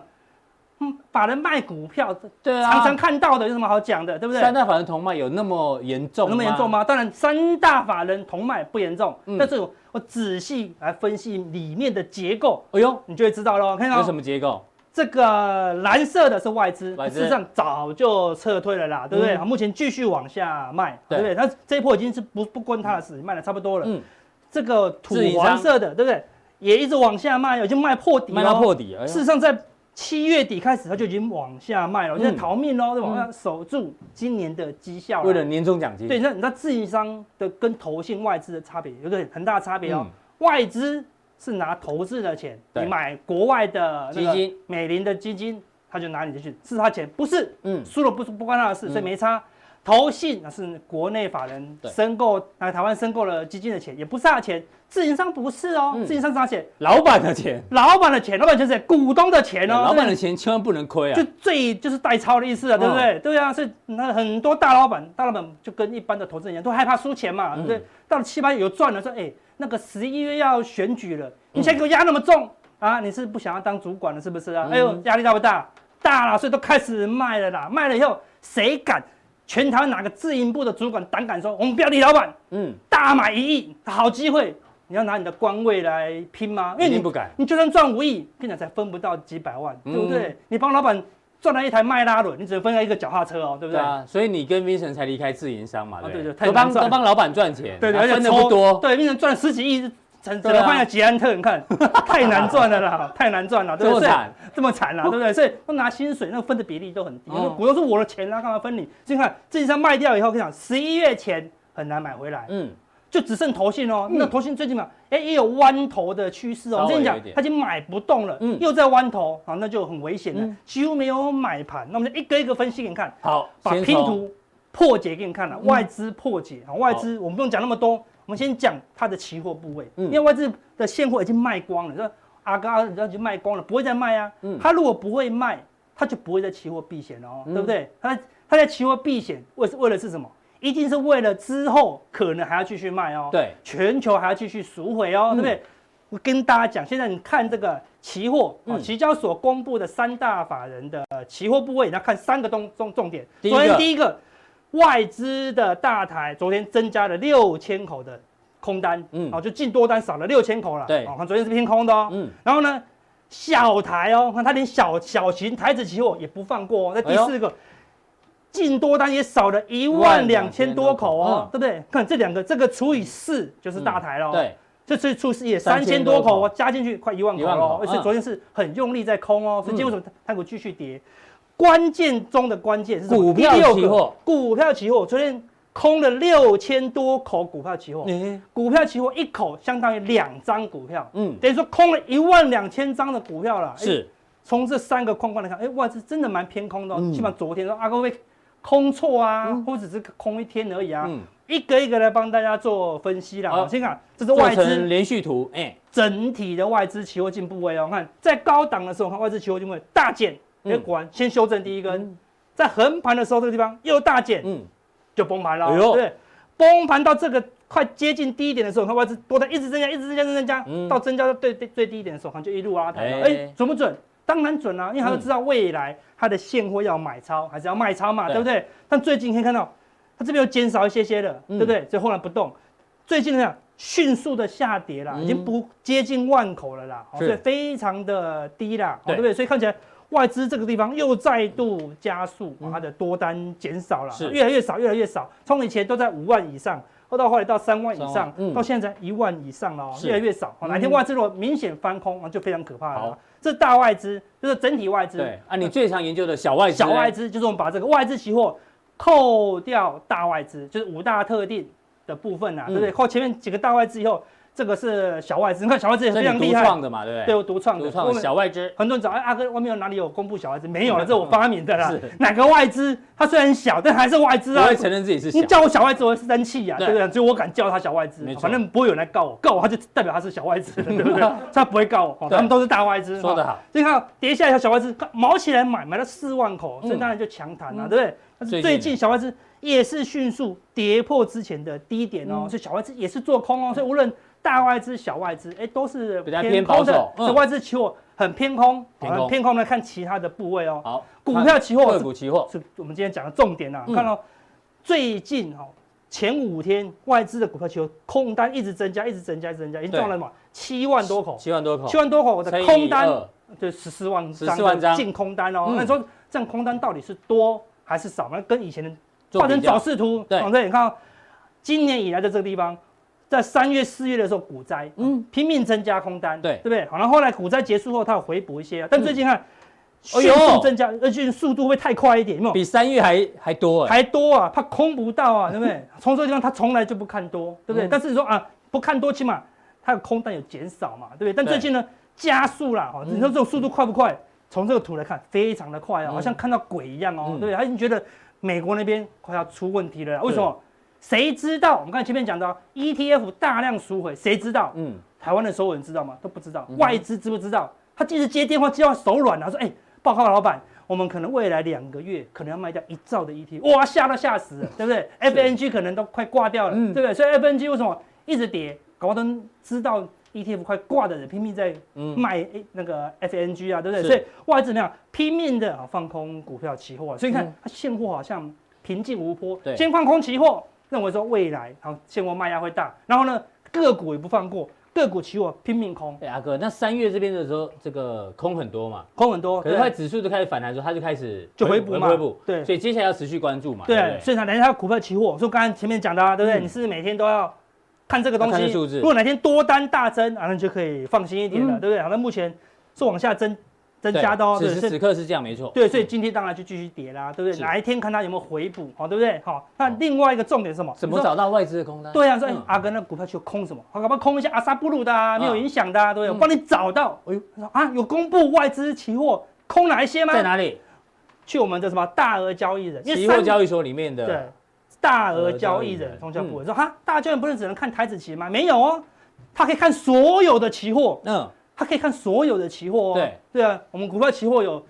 [SPEAKER 3] 嗯，法人卖股票，
[SPEAKER 2] 对啊
[SPEAKER 3] 常常看到的，有什么好讲的，对不对？
[SPEAKER 2] 三大法人同卖有那么严重？
[SPEAKER 3] 有那么严重？吗？当然，三大法人同卖不严重，
[SPEAKER 2] 嗯
[SPEAKER 3] 但是我我仔细来分析里面的结构，
[SPEAKER 2] 哎呦，
[SPEAKER 3] 你就会知道了。看
[SPEAKER 2] 有
[SPEAKER 3] 到
[SPEAKER 2] 什么结构？
[SPEAKER 3] 这个蓝色的是外资，
[SPEAKER 2] 外资
[SPEAKER 3] 事实上早就撤退了啦，对不对？
[SPEAKER 2] 嗯
[SPEAKER 3] 目前继续往下卖，
[SPEAKER 2] 对
[SPEAKER 3] 对不对？它这一波已经是不不关它的事，卖的差不多了。
[SPEAKER 2] 嗯，
[SPEAKER 3] 这个土黄色的，对不对？也一直往下卖，哦已经卖破底了。
[SPEAKER 2] 卖到破底，哎呦
[SPEAKER 3] 事实上，在七月底开始，它就已经往下卖了，
[SPEAKER 2] 嗯
[SPEAKER 3] 现在逃命喽，对吧？要守住今年的绩效啦。
[SPEAKER 2] 为了年终奖金，
[SPEAKER 3] 对，你知道，你知道自营商的跟投信外资的差别，有一个很很大的差别哦
[SPEAKER 2] 嗯。
[SPEAKER 3] 外资是拿投资的钱，
[SPEAKER 2] 对
[SPEAKER 3] 你买国外的那个
[SPEAKER 2] 基金、
[SPEAKER 3] 美林的基金，他就拿你的去是他钱，不是
[SPEAKER 2] 嗯，
[SPEAKER 3] 输了不不关他的事，所以没差。投信那是国内法人
[SPEAKER 2] 对
[SPEAKER 3] 申购，来台湾申购了基金的钱，也不是他的钱，自营商不是哦，
[SPEAKER 2] 嗯
[SPEAKER 3] 自营商是他钱，
[SPEAKER 2] 老板的钱，
[SPEAKER 3] 老板的钱，老板就是股东的钱哦，
[SPEAKER 2] 老板
[SPEAKER 3] 对
[SPEAKER 2] 的钱千万不能亏啊
[SPEAKER 3] 就，最就是代抄的意思啊，对不对？对啊，所以那很多大老板，大老板就跟一般的投资人一样，都害怕输钱嘛，对不对？到了七八月有赚了，说哎，那个十一月要选举了，你现在给我压那么重啊？你是不想要当主管了是不是啊？哎呦，压力大不大？大了，所以都开始卖了啦。卖了以后，谁敢？全台湾哪个自营部的主管胆敢说我们不要李老板
[SPEAKER 2] 嗯，
[SPEAKER 3] 大买一亿，好机会？你要拿你的官位来拼吗？因为
[SPEAKER 2] 一
[SPEAKER 3] 你
[SPEAKER 2] 定不敢，
[SPEAKER 3] 你就算赚五亿，跟你讲才分不到几百万，
[SPEAKER 2] 嗯
[SPEAKER 3] 对不对？你帮老板赚了一台迈拉伦，你只能分到一个脚踏车哦，对不
[SPEAKER 2] 对
[SPEAKER 3] 对？
[SPEAKER 2] 啊，所以你跟 Vincent 才离开自营商嘛，
[SPEAKER 3] 啊
[SPEAKER 2] 对
[SPEAKER 3] 对
[SPEAKER 2] 不
[SPEAKER 3] 对
[SPEAKER 2] 对，
[SPEAKER 3] 太
[SPEAKER 2] 都帮
[SPEAKER 3] 难赚
[SPEAKER 2] 都帮老板赚钱，
[SPEAKER 3] 对对，
[SPEAKER 2] 还
[SPEAKER 3] 而且
[SPEAKER 2] 分的
[SPEAKER 3] 抽
[SPEAKER 2] 不多，
[SPEAKER 3] 对，变成赚十几亿，只只
[SPEAKER 2] 对
[SPEAKER 3] 能
[SPEAKER 2] 啊
[SPEAKER 3] 换个捷安特，你 看太难赚了啦，太难赚了，对
[SPEAKER 2] 这
[SPEAKER 3] 不
[SPEAKER 2] 么
[SPEAKER 3] 对？
[SPEAKER 2] 惨，
[SPEAKER 3] 这么惨啦，对不对？所以都拿薪水，那个分的比例都很低。
[SPEAKER 2] 哦
[SPEAKER 3] 那股东是我的钱啊，干嘛分你？所以你看，这一张卖掉以后，跟你讲，十一月前很难买回来。
[SPEAKER 2] 嗯，
[SPEAKER 3] 就只剩投信哦。那投信最近嘛，哎、也有弯头的趋势哦。我跟
[SPEAKER 2] 稍微
[SPEAKER 3] 你
[SPEAKER 2] 有
[SPEAKER 3] 讲
[SPEAKER 2] 一点，
[SPEAKER 3] 它已经买不动了，
[SPEAKER 2] 嗯
[SPEAKER 3] 又在弯头啊，那就很危险了，
[SPEAKER 2] 嗯
[SPEAKER 3] 几乎没有买盘。那我们就一个一个分析给你看，
[SPEAKER 2] 好，
[SPEAKER 3] 把
[SPEAKER 2] 先
[SPEAKER 3] 拼
[SPEAKER 2] 从嗯
[SPEAKER 3] 图破解给你看了、啊外资破解啊，外资我们不用讲那么多，我们先讲它的期货部位，
[SPEAKER 2] 嗯
[SPEAKER 3] 因为外资的现货已经卖光了，你说阿哥阿哥已经卖光了，不会再卖啊。
[SPEAKER 2] 嗯
[SPEAKER 3] 他如果不会卖，他就不会在期货避险了哦，对不对？他他在期货避险为为了是什么？一定是为了之后可能还要继续卖哦。
[SPEAKER 2] 对，
[SPEAKER 3] 全球还要继续赎回哦，
[SPEAKER 2] 嗯
[SPEAKER 3] 对不对？我跟大家讲，现在你看这个期货，哦
[SPEAKER 2] 嗯
[SPEAKER 3] 期交所公布的三大法人的呃期货部位，你要看三个东重重点。
[SPEAKER 2] 第一个
[SPEAKER 3] 昨天第一个，外资的大台昨天增加了六千口的空单，
[SPEAKER 2] 嗯
[SPEAKER 3] 嗯，哦，就净多单少了六千口了。
[SPEAKER 2] 对
[SPEAKER 3] 哦，看昨天是偏空的哦。
[SPEAKER 2] 嗯，
[SPEAKER 3] 然后呢，小台哦，看它连小小型台子期货也不放过哦。那
[SPEAKER 2] 哎
[SPEAKER 3] 第四个，净多单也少了一万两千多口哦
[SPEAKER 2] 嗯，
[SPEAKER 3] 对不对？看这两个，这个除以四就是大台了、哦
[SPEAKER 2] 对，
[SPEAKER 3] 这次除四也
[SPEAKER 2] 3000
[SPEAKER 3] 三千多口
[SPEAKER 2] 多
[SPEAKER 3] 哦，加进去快一万口
[SPEAKER 2] 1万口
[SPEAKER 3] 了、哦，而且
[SPEAKER 2] 嗯
[SPEAKER 3] 昨天是很用力在空哦，所以
[SPEAKER 2] 嗯
[SPEAKER 3] 今天为什么台股继续跌？关键中的关键是什么
[SPEAKER 2] 股票
[SPEAKER 3] 第六个
[SPEAKER 2] 期货
[SPEAKER 3] 股票期货昨天空了六千多口股票期货，
[SPEAKER 2] 哎
[SPEAKER 3] 股票期货一口相当于两张股票，
[SPEAKER 2] 嗯，
[SPEAKER 3] 等于说空了一万两千张的股票了。诶
[SPEAKER 2] 是，
[SPEAKER 3] 从这三个框框来看，哎、外资真的蛮偏空的、哦。
[SPEAKER 2] 嗯
[SPEAKER 3] 起码昨天说啊，各位空错啊，或者只是空一天而已啊。
[SPEAKER 2] 嗯，
[SPEAKER 3] 一个一个来帮大家做分析啦。
[SPEAKER 2] 好
[SPEAKER 3] 我先看，这是
[SPEAKER 2] 做
[SPEAKER 3] 外
[SPEAKER 2] 成
[SPEAKER 3] 资
[SPEAKER 2] 连续图，哎，
[SPEAKER 3] 整体的外资期货进部位哦。看在高档的时候，看外资期货进部位大减，哎、
[SPEAKER 2] 嗯
[SPEAKER 3] 果然先修正第一根，
[SPEAKER 2] 嗯
[SPEAKER 3] 在横盘的时候这个地方又大减，
[SPEAKER 2] 嗯，
[SPEAKER 3] 就崩盘了、
[SPEAKER 2] 哎呦
[SPEAKER 3] 哦。对，崩盘到这个快接近低点的时候，你看外资多单一直增加，一直增加，一直增加，
[SPEAKER 2] 嗯
[SPEAKER 3] 到增加到最最最低点的时候，它就一路拉抬
[SPEAKER 2] 哎
[SPEAKER 3] 了。哎、准不准？当然准啊啦、因为它都知道未来它的现货要买超还是要卖超嘛，
[SPEAKER 2] 对
[SPEAKER 3] 对不对？但最近可以看到，它这边又减少一些些了，
[SPEAKER 2] 嗯
[SPEAKER 3] 对不对？所以后来不动，最近呢迅速的下跌啦，
[SPEAKER 2] 嗯
[SPEAKER 3] 已经不接近万口了啦，哦
[SPEAKER 2] 是
[SPEAKER 3] 所以非常的低啦，哦
[SPEAKER 2] 对
[SPEAKER 3] 对不对？所以看起来外资这个地方又再度加速哦它的多单减少了
[SPEAKER 2] 嗯是，
[SPEAKER 3] 越来越少，越来越少，从以前都在五万以上。后到后来到三万以
[SPEAKER 2] 三万
[SPEAKER 3] 上
[SPEAKER 2] 嗯，
[SPEAKER 3] 到现在一万以上了哦，
[SPEAKER 2] 是
[SPEAKER 3] 越来越少。哦哪天
[SPEAKER 2] 嗯
[SPEAKER 3] 外资如果明显翻空，哦就非常可怕了
[SPEAKER 2] 好
[SPEAKER 3] 啦。这大外资就是整体外资，
[SPEAKER 2] 对啊，你最常研究的小外资，
[SPEAKER 3] 小外资就是我们把这个外资期货扣掉大外资，就是五大特定的部分啊，
[SPEAKER 2] 嗯
[SPEAKER 3] 对不对？扣前面几个大外资以后，这个是小外资，你看小外资也
[SPEAKER 2] 是
[SPEAKER 3] 非常
[SPEAKER 2] 你独
[SPEAKER 3] 厉害，
[SPEAKER 2] 创的嘛，对不
[SPEAKER 3] 对
[SPEAKER 2] 对？
[SPEAKER 3] 我独创的，
[SPEAKER 2] 独创
[SPEAKER 3] 我
[SPEAKER 2] 的
[SPEAKER 3] 们
[SPEAKER 2] 小外资，
[SPEAKER 3] 很多人找哎阿哥外面有哪里有公布小外资？没有了，这我发明的啦
[SPEAKER 2] 是。
[SPEAKER 3] 哪个外资？它虽然小，但还是外资
[SPEAKER 2] 不
[SPEAKER 3] 啊
[SPEAKER 2] 会。承认自己是小
[SPEAKER 3] 你，叫我小外资，我会生气呀、
[SPEAKER 2] 对
[SPEAKER 3] 对不对？只有我敢叫他小外资
[SPEAKER 2] 没，错
[SPEAKER 3] 反正不会有人来告我，告我他就代表他是小外资了，对不 对？所以他不会告我，哦
[SPEAKER 2] 对
[SPEAKER 3] 他们都是大外资。
[SPEAKER 2] 说
[SPEAKER 3] 哦
[SPEAKER 2] 得好，
[SPEAKER 3] 所以看到跌下来的小外资毛起来买，买到四万口，
[SPEAKER 2] 嗯
[SPEAKER 3] 所以当然就强弹了，
[SPEAKER 2] 嗯
[SPEAKER 3] 对不对？但是
[SPEAKER 2] 最
[SPEAKER 3] 最
[SPEAKER 2] 近
[SPEAKER 3] 近小外资也是迅速跌破之前的低点哦，
[SPEAKER 2] 嗯
[SPEAKER 3] 所以小外资也是做空哦，所以无论大外资、小外资，哎，都是
[SPEAKER 2] 比较偏
[SPEAKER 3] 偏空
[SPEAKER 2] 保
[SPEAKER 3] 的
[SPEAKER 2] 守，嗯
[SPEAKER 3] 所以外资期货很偏空，
[SPEAKER 2] 偏空
[SPEAKER 3] 好偏空呢看其他的部位哦，
[SPEAKER 2] 好，
[SPEAKER 3] 股票期货
[SPEAKER 2] 个
[SPEAKER 3] 是
[SPEAKER 2] 股期货，
[SPEAKER 3] 是我们今天讲的重点啊。
[SPEAKER 2] 嗯
[SPEAKER 3] 看到最近哦，前五天外资的股票期货空单一直增加，一直增加，一直增加，已经
[SPEAKER 2] 对
[SPEAKER 3] 到了嘛七万多口，
[SPEAKER 2] 七万多口，
[SPEAKER 3] 七万多口
[SPEAKER 2] 乘
[SPEAKER 3] 的
[SPEAKER 2] 以
[SPEAKER 3] 空单
[SPEAKER 2] 二
[SPEAKER 3] 就十四万
[SPEAKER 2] 14万
[SPEAKER 3] 张
[SPEAKER 2] 张
[SPEAKER 3] 的净空单哦
[SPEAKER 2] 嗯。
[SPEAKER 3] 那你说这样空单到底是多还是少？那跟以前的
[SPEAKER 2] 做
[SPEAKER 3] 画成
[SPEAKER 2] 比较
[SPEAKER 3] 走，势图，
[SPEAKER 2] 对
[SPEAKER 3] 哦对，你看哦今年以来的这个地方。在三月、四月的时候，股灾，
[SPEAKER 2] 嗯
[SPEAKER 3] 嗯，拼命增加空单，
[SPEAKER 2] 对
[SPEAKER 3] 对不对？好，然后后来股灾结束后，它有回补一些啊，但最近看，
[SPEAKER 2] 哎
[SPEAKER 3] 迅
[SPEAKER 2] 呦
[SPEAKER 3] 速增加，而且速度会不会太快一点，有没有？
[SPEAKER 2] 比三月还还多哎，
[SPEAKER 3] 还多啊，怕空不 到啊，对不对？从这个地方他从来就不看多，对不对？
[SPEAKER 2] 嗯
[SPEAKER 3] 但是你说啊，不看多，起码它的空单有减少嘛，对不对？但
[SPEAKER 2] 对
[SPEAKER 3] 最近呢，加速啦，哦，
[SPEAKER 2] 嗯
[SPEAKER 3] 你说这种速度快不快？从这个图来看，非常的快啊，
[SPEAKER 2] 嗯
[SPEAKER 3] 好像看到鬼一样哦，
[SPEAKER 2] 嗯
[SPEAKER 3] 对不对？他已经觉得美国那边快要出问题了啦，为什
[SPEAKER 2] 对
[SPEAKER 3] 么？谁知道？我们刚才前面讲哦到 ETF 大量赎回，谁知道？
[SPEAKER 2] 嗯，
[SPEAKER 3] 台湾的所有人知道吗？都不知道
[SPEAKER 2] 嗯哼，
[SPEAKER 3] 外资知不知道？他即使接电话接到手软了、啊，说：“哎、报告老板，我们可能未来两个月可能要卖掉一兆的 ET，哇，吓都吓 死了，对不对？FNG 可能都快挂掉了，
[SPEAKER 2] 嗯
[SPEAKER 3] 对不对？所以 FNG 为什么一直跌？搞不好都知道 ETF 快挂的人拼命在
[SPEAKER 2] 嗯
[SPEAKER 3] 卖诶那个 FNG 啊，对不对？
[SPEAKER 2] 是
[SPEAKER 3] 所以外资怎么样拼命的啊放空股票期货啊、所以你看、
[SPEAKER 2] 嗯
[SPEAKER 3] 它现货好像平静无波
[SPEAKER 2] 对，
[SPEAKER 3] 先放空期货，认为说未来好现货卖压会大，然后呢个股也不放过，个股期货拼命空，
[SPEAKER 2] 哎阿哥，那三月这边的时候，这个空很多嘛，
[SPEAKER 3] 空很多，
[SPEAKER 2] 可
[SPEAKER 3] 哦对
[SPEAKER 2] 是
[SPEAKER 3] 不对
[SPEAKER 2] 它指数就开始反弹的时候，它就开始
[SPEAKER 3] 就回补嘛
[SPEAKER 2] 回补，
[SPEAKER 3] 对
[SPEAKER 2] 所以接下来要持续关注嘛，对
[SPEAKER 3] 对，啊
[SPEAKER 2] 不对，
[SPEAKER 3] 所以才连它股票期货，说刚才前面讲的、啊，对不对？
[SPEAKER 2] 嗯
[SPEAKER 3] 你是不是每天都要看这个东
[SPEAKER 2] 要看
[SPEAKER 3] 西
[SPEAKER 2] 这数字
[SPEAKER 3] 如果哪天多单大增，啊，那你就可以放心一点了，
[SPEAKER 2] 嗯
[SPEAKER 3] 对不对？好，那目前是往下增增
[SPEAKER 2] 对啊
[SPEAKER 3] 加的哦，对
[SPEAKER 2] 此时
[SPEAKER 3] 所以
[SPEAKER 2] 此刻是这样，没错，
[SPEAKER 3] 对，所以今天当然就继续跌啦，对不对？
[SPEAKER 2] 是
[SPEAKER 3] 哪一天看它有没有回补，好，对不对？好，那另外一个重点是什么？
[SPEAKER 2] 怎
[SPEAKER 3] 你
[SPEAKER 2] 么
[SPEAKER 3] 说
[SPEAKER 2] 找到外资的空单？
[SPEAKER 3] 对啊，说哎
[SPEAKER 2] 嗯
[SPEAKER 3] 阿哥那股票去空什么？好，搞不好空一下阿萨布鲁的啊，
[SPEAKER 2] 嗯
[SPEAKER 3] 没有影响的啊，对不对？
[SPEAKER 2] 嗯
[SPEAKER 3] 我帮你找到。
[SPEAKER 2] 哎
[SPEAKER 3] 哎
[SPEAKER 2] 呦
[SPEAKER 3] 呦，啊，有公布外资期货空哪一些吗？
[SPEAKER 2] 在哪里？
[SPEAKER 3] 去我们的什么大额交易人？因为
[SPEAKER 2] 期货
[SPEAKER 3] 三
[SPEAKER 2] 交易所里面
[SPEAKER 3] 对
[SPEAKER 2] 的，，
[SPEAKER 3] 大额
[SPEAKER 2] 大额
[SPEAKER 3] 交易
[SPEAKER 2] 交易人
[SPEAKER 3] 人通交部说哈，大额交易人不是只能看台子期吗？没有哦，他可以看所有的期货，
[SPEAKER 2] 嗯，
[SPEAKER 3] 他可以看所有的期货哦。
[SPEAKER 2] 对，
[SPEAKER 3] 对啊，我们股票期货有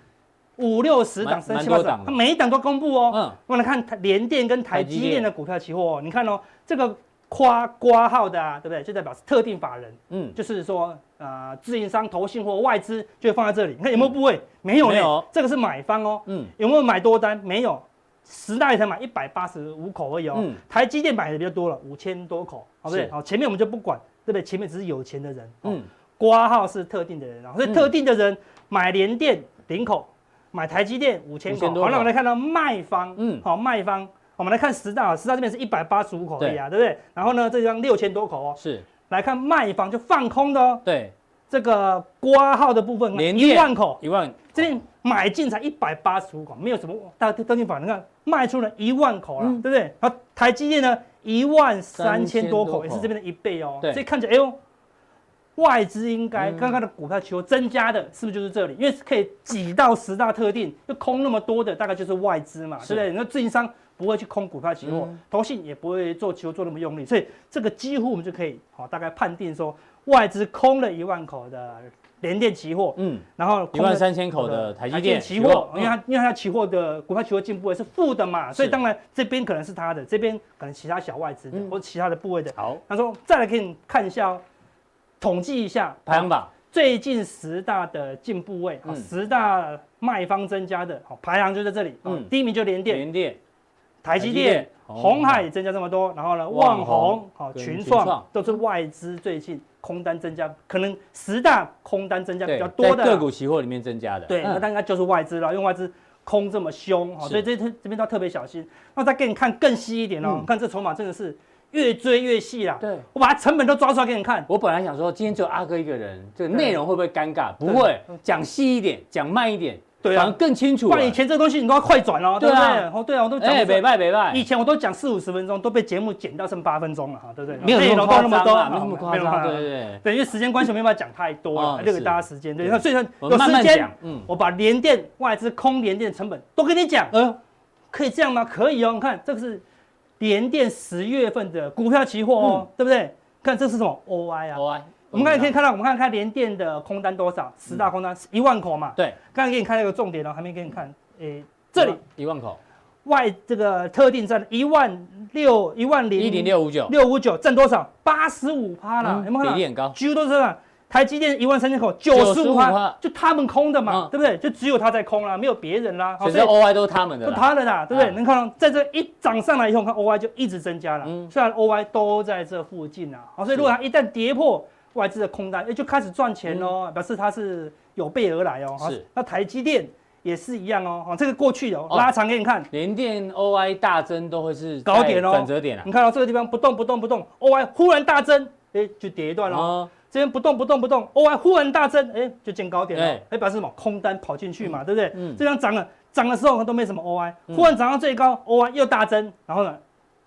[SPEAKER 3] 五六十档、
[SPEAKER 2] 蛮
[SPEAKER 3] 三
[SPEAKER 2] 蛮
[SPEAKER 3] 七八
[SPEAKER 2] 多
[SPEAKER 3] 十
[SPEAKER 2] 档
[SPEAKER 3] 档
[SPEAKER 2] 的，
[SPEAKER 3] 他每一档都公布哦。
[SPEAKER 2] 嗯，
[SPEAKER 3] 我们来看台联电跟台积电的股票期货、哦，你看哦，这个夸挂号的啊，对不对？就代表是特定法人，
[SPEAKER 2] 嗯，
[SPEAKER 3] 就是说呃，自营商、投信或外资就会放在这里。你看有没有部位？没有呢
[SPEAKER 2] 没有
[SPEAKER 3] 这个是买方哦。
[SPEAKER 2] 嗯，
[SPEAKER 3] 有没有买多单？没有，十大也才买一百八十五口而已哦。
[SPEAKER 2] 嗯
[SPEAKER 3] 台积电买的比较多了，五千多口，好不对
[SPEAKER 2] 是？
[SPEAKER 3] 好，前面我们就不管，对不对？前面只是有钱的人，嗯，
[SPEAKER 2] 嗯，
[SPEAKER 3] 挂号是特定的人啊，所
[SPEAKER 2] 嗯
[SPEAKER 3] 以特定的人买联电零口，买台积电五千
[SPEAKER 2] 5000
[SPEAKER 3] 口。
[SPEAKER 2] 多
[SPEAKER 3] 好，
[SPEAKER 2] 口
[SPEAKER 3] 那我们来看到卖方，
[SPEAKER 2] 嗯
[SPEAKER 3] 嗯，好，卖方，我们来看十大，十大这边是一百八十五口
[SPEAKER 2] 对
[SPEAKER 3] 而已啊，对不对？然后呢，这地方六千多口哦，
[SPEAKER 2] 是，
[SPEAKER 3] 来看卖方就放空的哦，
[SPEAKER 2] 对，
[SPEAKER 3] 这个挂号的部分
[SPEAKER 2] 联
[SPEAKER 3] 一
[SPEAKER 2] 电
[SPEAKER 3] 万口，
[SPEAKER 2] 一万，
[SPEAKER 3] 这边买进才一百八十五口，没有什么大特定法，你看卖出了一万口了，
[SPEAKER 2] 嗯
[SPEAKER 3] 对不对？然后台积电呢，一万三千多
[SPEAKER 2] 3000多口
[SPEAKER 3] 口，也是这边的一倍哦。
[SPEAKER 2] 对
[SPEAKER 3] 所以看起来，哎呦，外资应该
[SPEAKER 2] 嗯
[SPEAKER 3] 刚刚的股票期货增加的，是不是就是这里？因为可以挤到十大特定，就空那么多的，大概就是外资嘛，
[SPEAKER 2] 是
[SPEAKER 3] 对不对？那自营商不会去空股票期货
[SPEAKER 2] 嗯，
[SPEAKER 3] 投信也不会做期货做那么用力，所以这个几乎我们就可以好大概判定说，外资空了一万口的联电期货，
[SPEAKER 2] 嗯，
[SPEAKER 3] 然后
[SPEAKER 2] 一
[SPEAKER 3] 空
[SPEAKER 2] 万
[SPEAKER 3] 的
[SPEAKER 2] 三千口的台积电
[SPEAKER 3] 期货，因为
[SPEAKER 2] 嗯
[SPEAKER 3] 它因为它期货的股票期货进步也是负的嘛，所以
[SPEAKER 2] 是嗯
[SPEAKER 3] 当然这边可能是它的，这边可能其他小外资的、或其他的部位的。
[SPEAKER 2] 好
[SPEAKER 3] 他说再来给你看一下、哦，统计一下哦
[SPEAKER 2] 排行榜，
[SPEAKER 3] 最近十大的进步位，好
[SPEAKER 2] 嗯
[SPEAKER 3] 十大卖方增加的，好排行就在这里。
[SPEAKER 2] 嗯
[SPEAKER 3] 嗯，第一名就联电、
[SPEAKER 2] 联电、
[SPEAKER 3] 台积
[SPEAKER 2] 台积电
[SPEAKER 3] 电、红
[SPEAKER 2] 红海
[SPEAKER 3] 海也增加这么多，然后呢，
[SPEAKER 2] 旺宏
[SPEAKER 3] 旺宏、好
[SPEAKER 2] 跟
[SPEAKER 3] 群
[SPEAKER 2] 群
[SPEAKER 3] 创
[SPEAKER 2] 创
[SPEAKER 3] 都是外资最近空单增加，可能十大空单增加比较
[SPEAKER 2] 在
[SPEAKER 3] 多的啦
[SPEAKER 2] 个股期货里面增加的，
[SPEAKER 3] 对，那
[SPEAKER 2] 嗯
[SPEAKER 3] 大概就是外资了，因为外资空这么凶哈，
[SPEAKER 2] 是
[SPEAKER 3] 所以这这这边都要特别小心。那再给你看更细一点哦，
[SPEAKER 2] 嗯
[SPEAKER 3] 看这筹码真的是越追越细啦。
[SPEAKER 2] 对。
[SPEAKER 3] 我把它成本都抓出来给你看，
[SPEAKER 2] 我本来想说，今天只有阿哥一个人，这个
[SPEAKER 3] 对
[SPEAKER 2] 内容会不会尴尬？不
[SPEAKER 3] 对
[SPEAKER 2] 会，讲细一点，讲慢一点，
[SPEAKER 3] 对啊
[SPEAKER 2] 反而更清楚
[SPEAKER 3] 不
[SPEAKER 2] 了。
[SPEAKER 3] 然以前这东西你都要快转哦，对
[SPEAKER 2] 对
[SPEAKER 3] 不对？
[SPEAKER 2] 啊
[SPEAKER 3] 哦，对啊，我都讲
[SPEAKER 2] 哎，
[SPEAKER 3] 不
[SPEAKER 2] 北
[SPEAKER 3] 准。
[SPEAKER 2] 拜北拜
[SPEAKER 3] 以，前我都讲四五十分钟，都被节目剪到剩八分钟了哈，对不对？
[SPEAKER 2] 没有
[SPEAKER 3] 内
[SPEAKER 2] 那么
[SPEAKER 3] 容都
[SPEAKER 2] 夸
[SPEAKER 3] 那么
[SPEAKER 2] 张
[SPEAKER 3] 多
[SPEAKER 2] 啊，
[SPEAKER 3] 啊，
[SPEAKER 2] 没那么夸张，对对对。
[SPEAKER 3] 对，因为时间关系，我没办法讲太多
[SPEAKER 2] 哦
[SPEAKER 3] 了，留给
[SPEAKER 2] 是
[SPEAKER 3] 大家时间。对，
[SPEAKER 2] 对
[SPEAKER 3] 那所以说
[SPEAKER 2] 我
[SPEAKER 3] 啊
[SPEAKER 2] 们
[SPEAKER 3] 有
[SPEAKER 2] 慢慢
[SPEAKER 3] 时间
[SPEAKER 2] 讲，嗯
[SPEAKER 3] 我把联电、外资空联电的成本都跟你讲。
[SPEAKER 2] 呃，
[SPEAKER 3] 可以这样吗？可以哦，你看这个是联电十月份的股票期货
[SPEAKER 2] 嗯
[SPEAKER 3] 哦，对不对？看这是什么 OI 啊？
[SPEAKER 2] 好啊，
[SPEAKER 3] 我们刚才可以看到，我们看看联电的空单多少，十大空单一万口嘛。
[SPEAKER 2] 嗯对，
[SPEAKER 3] 刚才给你看了一个重点哦，还没给你看，诶，这里
[SPEAKER 2] 一万口，
[SPEAKER 3] 外这个特定占一万六一万零
[SPEAKER 2] 一零六五嗯九，
[SPEAKER 3] 六五九占多少？八十五趴啦，有没有
[SPEAKER 2] 比
[SPEAKER 3] 看
[SPEAKER 2] 例
[SPEAKER 3] 到？
[SPEAKER 2] 很高，
[SPEAKER 3] 几乎都是这样。台积电一万三千口，九十
[SPEAKER 2] 95%
[SPEAKER 3] 五趴，就他们空的嘛
[SPEAKER 2] 嗯，
[SPEAKER 3] 对不对？就只有他在空啦，没有别人啦。好
[SPEAKER 2] 所以
[SPEAKER 3] 所以
[SPEAKER 2] OI 都是他们的
[SPEAKER 3] 不
[SPEAKER 2] 啦。
[SPEAKER 3] 谈了啦，对不对？
[SPEAKER 2] 啊
[SPEAKER 3] 能看到哦在这一涨上来以后，看 OI 就一直增加了。
[SPEAKER 2] 嗯
[SPEAKER 3] 虽然 OI 都在这附近啊，好，所以如果它一旦跌破外资的空单，哎，就开始赚钱喽，表示它是有备而来哦。好
[SPEAKER 2] 嗯是，
[SPEAKER 3] 那台积电也是一样哦。好，这个过去有
[SPEAKER 2] 哦
[SPEAKER 3] 拉长给你看，
[SPEAKER 2] 联电 OI 大增都会是
[SPEAKER 3] 高点哦
[SPEAKER 2] 在转折点啊
[SPEAKER 3] 你看到这个地方不动不动不动，OI 忽然大增，哎，就跌一段了。
[SPEAKER 2] 哦，
[SPEAKER 3] 这边不动不动不动，OI 哦忽然大增，哎，就见高点了
[SPEAKER 2] 对，
[SPEAKER 3] 哎，表示什么？空单跑进去嘛，对不对？
[SPEAKER 2] 嗯
[SPEAKER 3] 这样涨了，涨的时候都没什么 OI，
[SPEAKER 2] 嗯
[SPEAKER 3] 忽然涨到最高，OI 又大增，然后呢，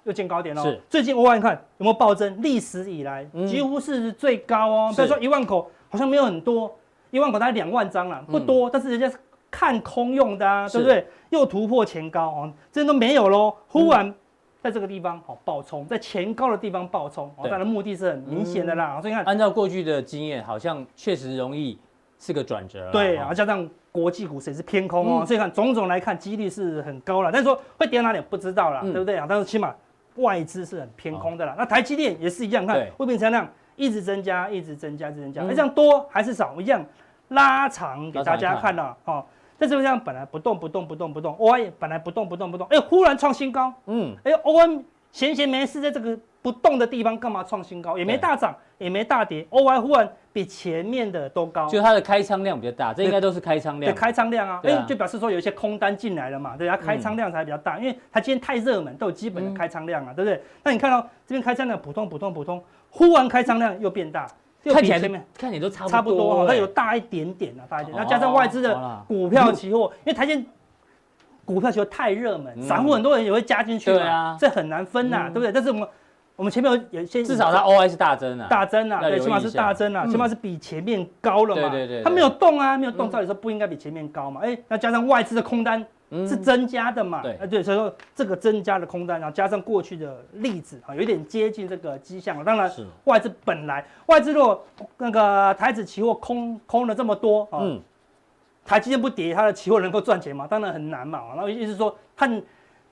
[SPEAKER 3] 又见高点哦
[SPEAKER 2] 是。
[SPEAKER 3] 最近 OI 你看有没有暴增？历史以来
[SPEAKER 2] 嗯
[SPEAKER 3] 几乎是最高哦。
[SPEAKER 2] 是
[SPEAKER 3] 比如说一万口，好像没有很多，一万口大概两万张啦，不多，但是人家是看空用的啊，
[SPEAKER 2] 嗯是嗯
[SPEAKER 3] 对不对？又突破前高哦，这都没有喽，忽然。在这个地方好哦爆冲，在前高的地方爆冲，哦，
[SPEAKER 2] 对嗯
[SPEAKER 3] 当然目的是很明显的啦。所以你 看，
[SPEAKER 2] 按照过去的经验，好像确实容易是个转折啦。
[SPEAKER 3] 对，
[SPEAKER 2] 哦
[SPEAKER 3] 啊然后加上国际股市也是偏空哦，
[SPEAKER 2] 嗯
[SPEAKER 3] 所以看种种来看，几率是很高了。但是说会跌到哪里不知道啦，
[SPEAKER 2] 嗯
[SPEAKER 3] 对不对啊？但是起码外资是很偏空的啦。那台积电也是一样，看
[SPEAKER 2] 对
[SPEAKER 3] 会变成那样，一直增加，一直增加，一直增加。
[SPEAKER 2] 嗯
[SPEAKER 3] 那、这样多还是少一样，拉长给大
[SPEAKER 2] 拉长
[SPEAKER 3] 家
[SPEAKER 2] 一看
[SPEAKER 3] 看了哦。在这个地方本来不动不动不动不动，OI 本来不动不动不动，哎、忽然创新高，
[SPEAKER 2] 嗯，
[SPEAKER 3] 哎、o n 闲闲没事在这个不动的地方干嘛创新高？也没
[SPEAKER 2] 对
[SPEAKER 3] 大涨，也没大跌，OI 忽然比前面的都高，
[SPEAKER 2] 就它的开仓量比较大，这应该都是开仓
[SPEAKER 3] 对，
[SPEAKER 2] 量。
[SPEAKER 3] 开仓量啊，
[SPEAKER 2] 对
[SPEAKER 3] 哎、
[SPEAKER 2] 啊嗯
[SPEAKER 3] 就表示说有一些空单进来了嘛，对，它开仓量才比较大，因为它今天太热门，都有基本的开仓量
[SPEAKER 2] 嗯
[SPEAKER 3] 啊，对不对？那你看到这边开仓量普通普通普通，忽然开仓量又变大，又
[SPEAKER 2] 看
[SPEAKER 3] 比
[SPEAKER 2] 起
[SPEAKER 3] 前面
[SPEAKER 2] 来看起来都差
[SPEAKER 3] 差不多哦，它
[SPEAKER 2] 哎
[SPEAKER 3] 有大一点点啊，大一点，
[SPEAKER 2] 哦
[SPEAKER 3] 那加上外资
[SPEAKER 2] 好啦
[SPEAKER 3] 的股票期货，因为台积股票期货太热门，
[SPEAKER 2] 嗯
[SPEAKER 3] 散户很多人也会加进去
[SPEAKER 2] 对啊
[SPEAKER 3] 嘛，这很难分呐，
[SPEAKER 2] 嗯
[SPEAKER 3] 对不对？但是我们我们前面有有些
[SPEAKER 2] 至少它 OI 是大增啊。
[SPEAKER 3] 大增啊，
[SPEAKER 2] 要留
[SPEAKER 3] 对，
[SPEAKER 2] 意
[SPEAKER 3] 起码
[SPEAKER 2] 一
[SPEAKER 3] 是
[SPEAKER 2] 下
[SPEAKER 3] 大增啊，
[SPEAKER 2] 嗯
[SPEAKER 3] 起码是比前面高了嘛。
[SPEAKER 2] 对对对对
[SPEAKER 3] 它没有动啊，没有动，
[SPEAKER 2] 嗯
[SPEAKER 3] 照理说不应该比前面高嘛。哎，那加上外资的空单
[SPEAKER 2] 嗯
[SPEAKER 3] 是增加的嘛？
[SPEAKER 2] 对
[SPEAKER 3] 啊对，所以说这个增加的空单，然后加上过去的例子啊，有一点接近这个迹象了。当然
[SPEAKER 2] 是，
[SPEAKER 3] 外资本来外资如果那个台指期货空空了这么多啊，
[SPEAKER 2] 嗯，
[SPEAKER 3] 台积电不跌，它的期货能够赚钱吗？当然很难嘛。然后意思是说，看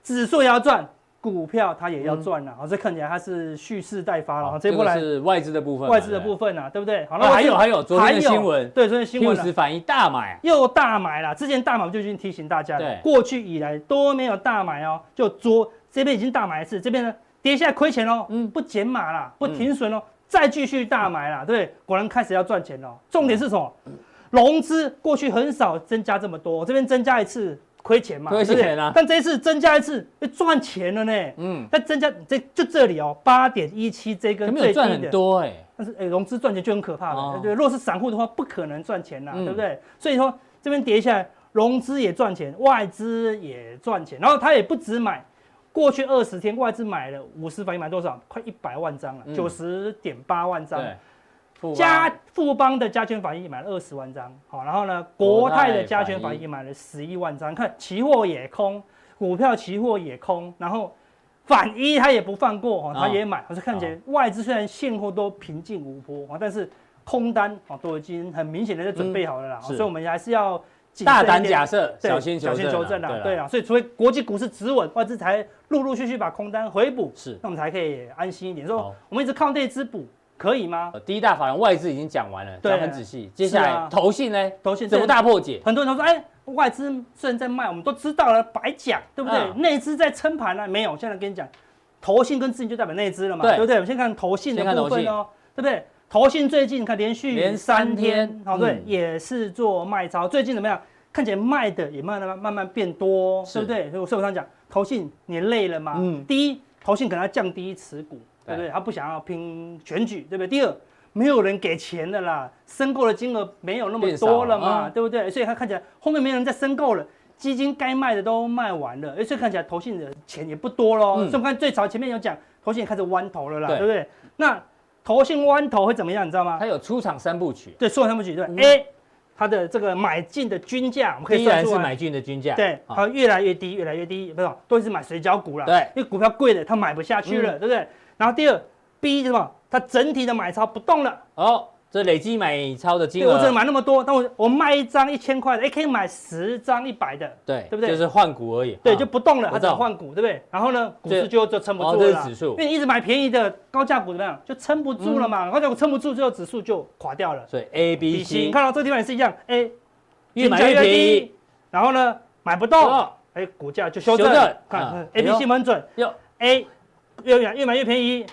[SPEAKER 3] 指数也要赚，股票它也要赚了。啊，这看起来它是蓄势待发了。啊这一
[SPEAKER 2] 嗯
[SPEAKER 3] 波
[SPEAKER 2] 个
[SPEAKER 3] 来。
[SPEAKER 2] 是外资的部分嘛，
[SPEAKER 3] 外资的
[SPEAKER 2] 对
[SPEAKER 3] 部分啊，对不对？好，
[SPEAKER 2] 啊
[SPEAKER 3] 我
[SPEAKER 2] 还有
[SPEAKER 3] 是
[SPEAKER 2] 还有昨天的新闻
[SPEAKER 3] 对昨天的新
[SPEAKER 2] 六
[SPEAKER 3] 闻
[SPEAKER 2] 十
[SPEAKER 3] 啊
[SPEAKER 2] 反一大买啊，
[SPEAKER 3] 又大买了，之前大买我就已经提醒大家了
[SPEAKER 2] 对，
[SPEAKER 3] 过去以来都没有大买哦，就昨这边已经大买一次，这边呢跌下来亏钱哦，
[SPEAKER 2] 嗯
[SPEAKER 3] 不减码啦，不停损哦，再继续大买啦，对不对，果然开始要赚钱
[SPEAKER 2] 嗯
[SPEAKER 3] 了。重点是什么？融资过去很少增加这么多，这边增加一次亏钱嘛，
[SPEAKER 2] 亏钱啊
[SPEAKER 3] 对不对但这一次增加一次哎赚钱了呢，
[SPEAKER 2] 嗯，
[SPEAKER 3] 但增加这就这里哦，八点一七这
[SPEAKER 2] 可
[SPEAKER 3] 根
[SPEAKER 2] 没有
[SPEAKER 3] 最
[SPEAKER 2] 赚
[SPEAKER 3] 低
[SPEAKER 2] 很
[SPEAKER 3] 的。
[SPEAKER 2] 多哎，
[SPEAKER 3] 但是哎、融资赚钱就很可怕了，
[SPEAKER 2] 哦
[SPEAKER 3] 对，若是散户的话，不可能赚钱啦，
[SPEAKER 2] 嗯
[SPEAKER 3] 对不对？所以说这边跌下来，融资也赚钱，外资也赚钱，然后他也不止买，过去二十天外资买了五十反应买多少？快一百万张了
[SPEAKER 2] 嗯，
[SPEAKER 3] 九十点八万张。
[SPEAKER 2] 对，富
[SPEAKER 3] 加
[SPEAKER 2] 邦
[SPEAKER 3] 富邦的加权反应也买了二十万张，好，然后呢，
[SPEAKER 2] 国
[SPEAKER 3] 国
[SPEAKER 2] 泰
[SPEAKER 3] 泰的加权反应也买了十一万张，看期货也空，股票期货也空，然后反一他也不放过哦，
[SPEAKER 2] 哦
[SPEAKER 3] 他也买，可是看起来外资虽然现货都平静无波啊，但是空单啊都已经很明显的在准备好了啦，
[SPEAKER 2] 嗯
[SPEAKER 3] 哦
[SPEAKER 2] 是
[SPEAKER 3] 所以我们还是要谨
[SPEAKER 2] 大
[SPEAKER 3] 慎一
[SPEAKER 2] 胆
[SPEAKER 3] 点
[SPEAKER 2] 假设，
[SPEAKER 3] 对
[SPEAKER 2] 小心
[SPEAKER 3] 小心
[SPEAKER 2] 求
[SPEAKER 3] 求
[SPEAKER 2] 证
[SPEAKER 3] 证
[SPEAKER 2] 啊
[SPEAKER 3] 啦，
[SPEAKER 2] 啦
[SPEAKER 3] 对啦，所以除非国际股市止稳，外资才陆陆续续把空单回补，
[SPEAKER 2] 是
[SPEAKER 3] 那我们才可以安心一点。
[SPEAKER 2] 好
[SPEAKER 3] 说我们一直靠内资补可以吗？
[SPEAKER 2] 呃第一大法人外资已经讲完了，
[SPEAKER 3] 对
[SPEAKER 2] 讲很仔细。接下来
[SPEAKER 3] 啊
[SPEAKER 2] 投信呢？
[SPEAKER 3] 投信
[SPEAKER 2] 怎么
[SPEAKER 3] 这
[SPEAKER 2] 大破解？
[SPEAKER 3] 很多人都说，哎，外资虽然在卖，我们都知道了，白讲，对不对？
[SPEAKER 2] 嗯
[SPEAKER 3] 内资在撑盘啊，没有。我现在跟你讲，投信跟资金就代表内资了嘛，
[SPEAKER 2] 对
[SPEAKER 3] 对不对？我们先看投信的
[SPEAKER 2] 先看
[SPEAKER 3] 部
[SPEAKER 2] 投
[SPEAKER 3] 分
[SPEAKER 2] 信
[SPEAKER 3] 哦，对不对？投信最近看连续
[SPEAKER 2] 连三天
[SPEAKER 3] 好、对
[SPEAKER 2] 嗯，
[SPEAKER 3] 也是做卖超。最近怎么样？看起来卖的也慢慢慢慢变多、
[SPEAKER 2] 是
[SPEAKER 3] 对不对？所以我所以我常讲，投信你累了嘛。
[SPEAKER 2] 嗯
[SPEAKER 3] 第一，投信可能要降低持股，对不对？他不想要拼选举，对不对？第二，没有人给钱的啦，申购的金额没有那么
[SPEAKER 2] 变少
[SPEAKER 3] 多
[SPEAKER 2] 了
[SPEAKER 3] 了嘛，
[SPEAKER 2] 嗯
[SPEAKER 3] 对不对？所以它看起来后面没人再申购了，基金该卖的都卖完了，而且看起来投信的钱也不多喽。
[SPEAKER 2] 嗯
[SPEAKER 3] 所以我们看最早前面有讲，投信也开始弯头了啦，
[SPEAKER 2] 对
[SPEAKER 3] 对不对？那投信弯头会怎么样？你知道吗
[SPEAKER 2] 它？有出场三部曲，
[SPEAKER 3] 对，说他们举对不
[SPEAKER 2] 嗯
[SPEAKER 3] 对 A，它的这个买进的均价我们可以
[SPEAKER 2] 依
[SPEAKER 3] 算
[SPEAKER 2] 然
[SPEAKER 3] 出
[SPEAKER 2] 是
[SPEAKER 3] 来。
[SPEAKER 2] 买进的均价，啊
[SPEAKER 3] 对，
[SPEAKER 2] 好
[SPEAKER 3] 它会越来越低，越来越低，不是都是买水饺股了。
[SPEAKER 2] 对嗯
[SPEAKER 3] 因为股票贵的，它买不下去了，对不对？然后第二，B 是什么？它整体的买超不动了，
[SPEAKER 2] 哦，这累积买超的金
[SPEAKER 3] 对我只
[SPEAKER 2] 额，
[SPEAKER 3] 能买那么多，但我我卖一张一千块的，哎，可以买十张一百的，
[SPEAKER 2] 对
[SPEAKER 3] 对不对
[SPEAKER 2] 就是换股而已，
[SPEAKER 3] 对，
[SPEAKER 2] 啊
[SPEAKER 3] 就不动了，
[SPEAKER 2] 不
[SPEAKER 3] 它只能
[SPEAKER 2] 动
[SPEAKER 3] 换股，对不对？然后呢，股
[SPEAKER 2] 这
[SPEAKER 3] 市就就撑不
[SPEAKER 2] 哦
[SPEAKER 3] 住
[SPEAKER 2] 这
[SPEAKER 3] 了
[SPEAKER 2] 是
[SPEAKER 3] 啦，
[SPEAKER 2] 指数嗯
[SPEAKER 3] 因为你一直买便宜的高价股怎么样，就撑不住了嘛，高价股撑不住，最后指数就垮掉了。
[SPEAKER 2] 所以 A、B、
[SPEAKER 3] 你
[SPEAKER 2] C
[SPEAKER 3] 看到这个地方也是一样，哎，
[SPEAKER 2] 越买
[SPEAKER 3] 均
[SPEAKER 2] 越
[SPEAKER 3] 价
[SPEAKER 2] 便宜，，
[SPEAKER 3] 然后呢，买不
[SPEAKER 2] 哦
[SPEAKER 3] 动，哎，股价就修正
[SPEAKER 2] 修正。啊
[SPEAKER 3] 看
[SPEAKER 2] 哎
[SPEAKER 3] ，A、
[SPEAKER 2] 呦
[SPEAKER 3] B、C 很准
[SPEAKER 2] 哟，
[SPEAKER 3] ，A 越买越买越便宜，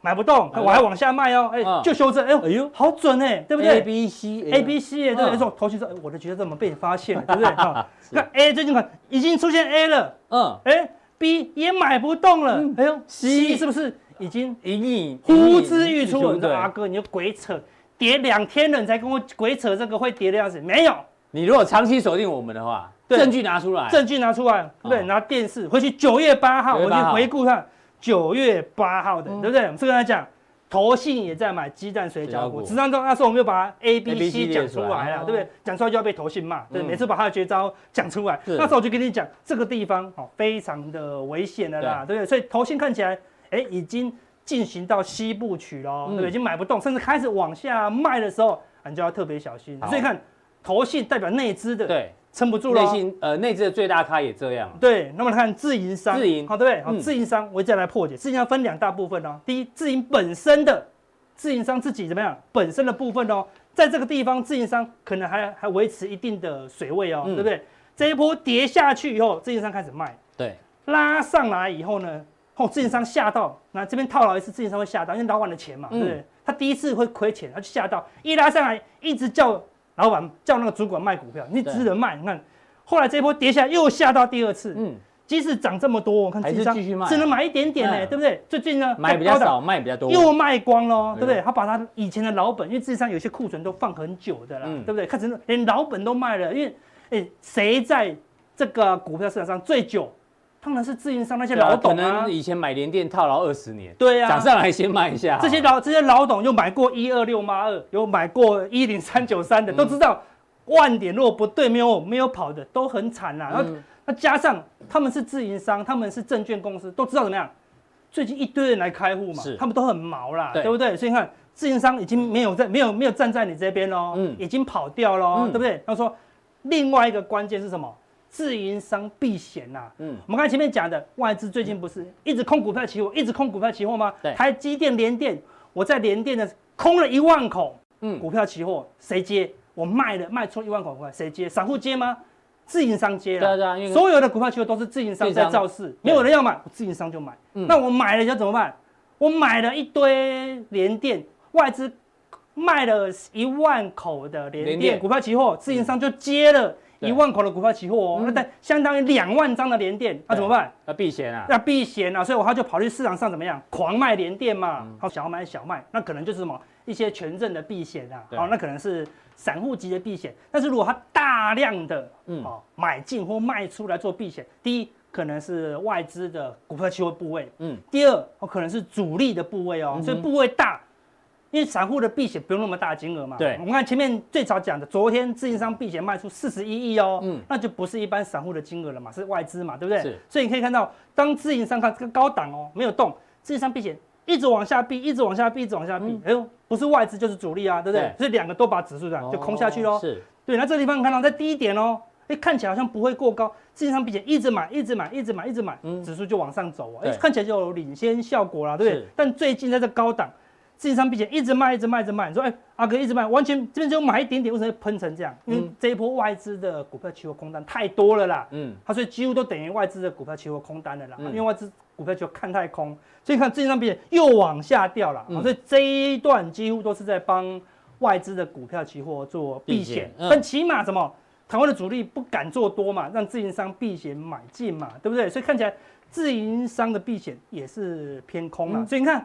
[SPEAKER 3] 买不动，
[SPEAKER 2] 买不动
[SPEAKER 3] 我还往下卖哦，哎
[SPEAKER 2] 嗯，
[SPEAKER 3] 就修正，哎
[SPEAKER 2] 哎
[SPEAKER 3] 呦，
[SPEAKER 2] 呦，
[SPEAKER 3] 好准哎，对不
[SPEAKER 2] A、
[SPEAKER 3] 对
[SPEAKER 2] B、C、
[SPEAKER 3] ？A、B、C 哎，对不
[SPEAKER 2] 嗯
[SPEAKER 3] 对？说头绪说，哎我的觉得怎么被你发现了， 对不对？哈
[SPEAKER 2] 是
[SPEAKER 3] 那 A 最近看已经出现 A 了。
[SPEAKER 2] 嗯，
[SPEAKER 3] 哎，B 也买不动了，哎呦
[SPEAKER 2] C
[SPEAKER 3] ，C 是不是已经
[SPEAKER 2] 盈利
[SPEAKER 3] 呼之欲出了？你说
[SPEAKER 2] 对
[SPEAKER 3] 阿哥，你就鬼扯，跌两天了，你才跟我鬼扯这个会跌的样子，没有
[SPEAKER 2] 你如果长期锁定我们的话，
[SPEAKER 3] 对
[SPEAKER 2] 证据拿出来，
[SPEAKER 3] 证据拿出来，对不对？拿电视回去，九月八号，
[SPEAKER 2] 9哎哦
[SPEAKER 3] 我
[SPEAKER 2] 月
[SPEAKER 3] 去
[SPEAKER 2] 8号
[SPEAKER 3] 回顾看九月八号的，
[SPEAKER 2] 嗯
[SPEAKER 3] 对不对？我们是跟他讲。投信也在买鸡蛋水
[SPEAKER 2] 水饺
[SPEAKER 3] 饺
[SPEAKER 2] 股
[SPEAKER 3] 股，实际上那时候我们就把 A、
[SPEAKER 2] A B
[SPEAKER 3] B、
[SPEAKER 2] C
[SPEAKER 3] C 讲出来啊
[SPEAKER 2] 列出来哦
[SPEAKER 3] 了，对不对？讲出来就要被投信骂，对，
[SPEAKER 2] 嗯
[SPEAKER 3] 每次把他的绝招讲出来，
[SPEAKER 2] 是
[SPEAKER 3] 那时候我就跟你讲，这个地方哦非常的危险的啦，对不对？所以投信看起来，哎，已经进行到西部曲喽，
[SPEAKER 2] 嗯
[SPEAKER 3] 对不对？已经买不动，甚至开始往下卖的时候，啊你就要特别小心
[SPEAKER 2] 好。
[SPEAKER 3] 所以看投信代表内资的，
[SPEAKER 2] 对，
[SPEAKER 3] 撑不住了
[SPEAKER 2] 内。信呃内资的最大咖也这样啊，
[SPEAKER 3] 对，那么看自营商，
[SPEAKER 2] 自营
[SPEAKER 3] 好对不对？好，
[SPEAKER 2] 嗯
[SPEAKER 3] 自营商我再来破解。自营商分两大部分哦，第一，自营本身的自营商自己怎么样，本身的部分哦，在这个地方自营商可能还还维持一定的水位哦，
[SPEAKER 2] 嗯
[SPEAKER 3] 对不对？这一波跌下去以后，自营商开始卖，
[SPEAKER 2] 对，
[SPEAKER 3] 拉上来以后呢，哦，自营商吓到，那这边套牢一次，自营商会吓到，因为老板的钱嘛，
[SPEAKER 2] 嗯
[SPEAKER 3] 对不对？他第一次会亏钱，他就吓到，一拉上来一直叫老板叫那个主管卖股票，你
[SPEAKER 2] 对
[SPEAKER 3] 只能卖，你看。后来这一波跌下来又吓到第二次，
[SPEAKER 2] 嗯，
[SPEAKER 3] 即使涨这么多，我看
[SPEAKER 2] 还是
[SPEAKER 3] 自营商
[SPEAKER 2] 继续卖啊
[SPEAKER 3] 只能买一点点呢、
[SPEAKER 2] 嗯
[SPEAKER 3] 对不对？最近呢，
[SPEAKER 2] 买
[SPEAKER 3] 在
[SPEAKER 2] 比较
[SPEAKER 3] 高档
[SPEAKER 2] 少，卖比较多，
[SPEAKER 3] 又卖光喽，
[SPEAKER 2] 哎呦
[SPEAKER 3] 对不对？他把他以前的老本，因为自己上有些库存都放很久的啦，
[SPEAKER 2] 嗯
[SPEAKER 3] 对不对？看成连老本都卖了，因为哎，谁在这个股票市场上最久？当然是自营商那些
[SPEAKER 2] 对啊
[SPEAKER 3] 老董
[SPEAKER 2] 可
[SPEAKER 3] 啊
[SPEAKER 2] 能，以前买联电套牢二十年，
[SPEAKER 3] 对啊
[SPEAKER 2] 涨，上来先卖一下好了，
[SPEAKER 3] 这些老这些老董有买过一二六八二，有买过一零三九三的，
[SPEAKER 2] 嗯
[SPEAKER 3] 都知道万点如果不对，没有没有跑的都很惨啦。然后
[SPEAKER 2] 嗯
[SPEAKER 3] 那加上他们是自营商，他们是证券公司，都知道怎么样。最近一堆人来开户嘛
[SPEAKER 2] 是，
[SPEAKER 3] 他们都很毛啦，
[SPEAKER 2] 对
[SPEAKER 3] 对不对？所以你看，自营商已经没有在没有没有站在你这边喽，
[SPEAKER 2] 嗯
[SPEAKER 3] 已经跑掉喽，
[SPEAKER 2] 嗯
[SPEAKER 3] 对不对？他说，另外一个关键是什么？自营商避险呐、
[SPEAKER 2] 嗯
[SPEAKER 3] 我们刚才前面讲的，外资最近不是一直空股票期货，一直空股票期货吗
[SPEAKER 2] 对？
[SPEAKER 3] 台积电、联电，我在联电的空了一万口
[SPEAKER 2] 嗯，
[SPEAKER 3] 股票期货，谁接？我卖了，卖出一万口股票，谁接？散户接吗？自营商接
[SPEAKER 2] 对啊
[SPEAKER 3] 了。
[SPEAKER 2] 对啊，因为
[SPEAKER 3] 所有的股票期货都是自营商在造势，没有人要买，我自营商就买。
[SPEAKER 2] 嗯
[SPEAKER 3] 那我买了要怎么办？我买了一堆联电，外资卖了一万口的
[SPEAKER 2] 联
[SPEAKER 3] 联
[SPEAKER 2] 电嗯
[SPEAKER 3] 电股票期货，自营商就接了
[SPEAKER 2] 对
[SPEAKER 3] 一万口的股票期货哦，
[SPEAKER 2] 嗯
[SPEAKER 3] 那但相当于两万张的联电，那
[SPEAKER 2] 对
[SPEAKER 3] 怎么办？
[SPEAKER 2] 要避嫌啊，
[SPEAKER 3] 那避险啊，所以我他就跑去市场上怎么样，狂卖联电嘛，
[SPEAKER 2] 嗯
[SPEAKER 3] 他想要买小麦，那可能就是什么一些权证的避险啊，
[SPEAKER 2] 对
[SPEAKER 3] 好、那可能是散户级的避险，但是如果他大量的
[SPEAKER 2] 嗯
[SPEAKER 3] 哦买进或卖出来做避险，第一可能是外资的股票期货部位，
[SPEAKER 2] 嗯，
[SPEAKER 3] 第二哦可能是主力的部位哦，
[SPEAKER 2] 嗯哼
[SPEAKER 3] 所以部位大。因为散户的避险不用那么大金额嘛，
[SPEAKER 2] 对
[SPEAKER 3] 我们看前面最早讲的，昨天自营商避险卖出四十一亿哦，
[SPEAKER 2] 嗯
[SPEAKER 3] 那就不是一般散户的金额了嘛，是外资嘛，对不对？
[SPEAKER 2] 是
[SPEAKER 3] 所以你可以看到，当自营商看这个高档哦没有动，自营商避险一直往下避，一直往下避，一直往下避。哎呦，不是外资就是主力啊，对不对？
[SPEAKER 2] 对
[SPEAKER 3] 所以两个都把指数这样就空下去喽。
[SPEAKER 2] 哦是，
[SPEAKER 3] 对，那这地方你看到在低一点哦，哎，看起来好像不会过高，市场并且一直买，一直买，一直买，一直买，
[SPEAKER 2] 嗯
[SPEAKER 3] 指数就往上走哦，哎，
[SPEAKER 2] 对
[SPEAKER 3] 看起来就有领先效果啦，对不对
[SPEAKER 2] 是？
[SPEAKER 3] 但最近在这高档，市场并且一直卖，一直卖，一直卖，你说，哎，阿哥一直卖，完全这边只有买一点点，为什么会喷成这样？因为
[SPEAKER 2] 嗯
[SPEAKER 3] 这一波外资的股票期货空单太多了啦，
[SPEAKER 2] 嗯，
[SPEAKER 3] 它所以几乎都等于外资的股票期货空单的啦，
[SPEAKER 2] 嗯
[SPEAKER 3] 因为外资股票就看太空，所以看最近那边又往下掉了、
[SPEAKER 2] 嗯
[SPEAKER 3] 啊所以这一段几乎都是在帮外资的股票期货做避
[SPEAKER 2] 避险
[SPEAKER 3] 险，
[SPEAKER 2] 嗯
[SPEAKER 3] 但起码什么台湾的主力不敢做多嘛，让自营商避险买进嘛，对不对？所以看起来自营商的避险也是偏空了、
[SPEAKER 2] 嗯
[SPEAKER 3] 所以你看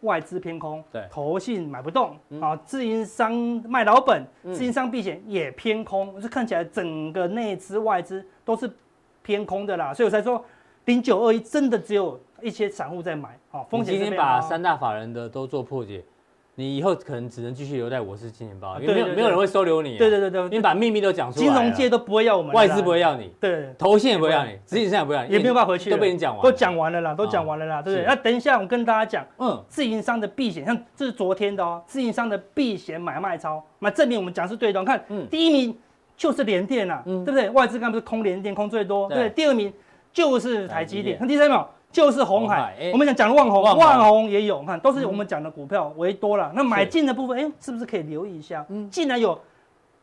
[SPEAKER 3] 外资偏空，
[SPEAKER 2] 对
[SPEAKER 3] 投信买不动、啊，自营商卖老本，
[SPEAKER 2] 嗯
[SPEAKER 3] 自营商避险也偏空，就看起来整个内资外资都是偏空的啦，所以我才说零九二一真的只有一些散户在买，哦，风
[SPEAKER 2] 你
[SPEAKER 3] 险
[SPEAKER 2] 今
[SPEAKER 3] 是
[SPEAKER 2] 天
[SPEAKER 3] 非
[SPEAKER 2] 把
[SPEAKER 3] 常高
[SPEAKER 2] 三大法人的都做破解，你以后可能只能继续留在我是金钱豹，因为
[SPEAKER 3] 对
[SPEAKER 2] 没有
[SPEAKER 3] 啊对对
[SPEAKER 2] 没有人会收留你啊，
[SPEAKER 3] 对对对
[SPEAKER 2] 因为
[SPEAKER 3] 对，
[SPEAKER 2] 把秘密都讲出来
[SPEAKER 3] 金
[SPEAKER 2] 了，
[SPEAKER 3] 融界都不会要我们，
[SPEAKER 2] 外资不会，要你，
[SPEAKER 3] 对对
[SPEAKER 2] 投信也不会要你，直营商也不会要你，
[SPEAKER 3] 对，也没有办法回去了，
[SPEAKER 2] 都被你讲完，嗯
[SPEAKER 3] 都，讲完了啦，都讲完了啦，对不对？
[SPEAKER 2] 是
[SPEAKER 3] 那等一下我跟大家讲。
[SPEAKER 2] 嗯，
[SPEAKER 3] 自营商的避险，像这是昨天的哦，自营商的避险买卖超，那证明我们讲是对的哦。你看，
[SPEAKER 2] 嗯
[SPEAKER 3] 第一名就是联电啊，
[SPEAKER 2] 嗯
[SPEAKER 3] 对不对？外资刚不是空联电空最多，
[SPEAKER 2] 对
[SPEAKER 3] 对不对？第二名就是台积电，
[SPEAKER 2] 台积电
[SPEAKER 3] 那第三名哦就是红
[SPEAKER 2] 红海
[SPEAKER 3] 海
[SPEAKER 2] 哎。
[SPEAKER 3] 我们讲讲的万红，
[SPEAKER 2] 旺宏嗯
[SPEAKER 3] 万红也有，你看都是我们讲的股票为多了。那买进的部分，哎，是不是可以留意一下？
[SPEAKER 2] 嗯
[SPEAKER 3] 既然有。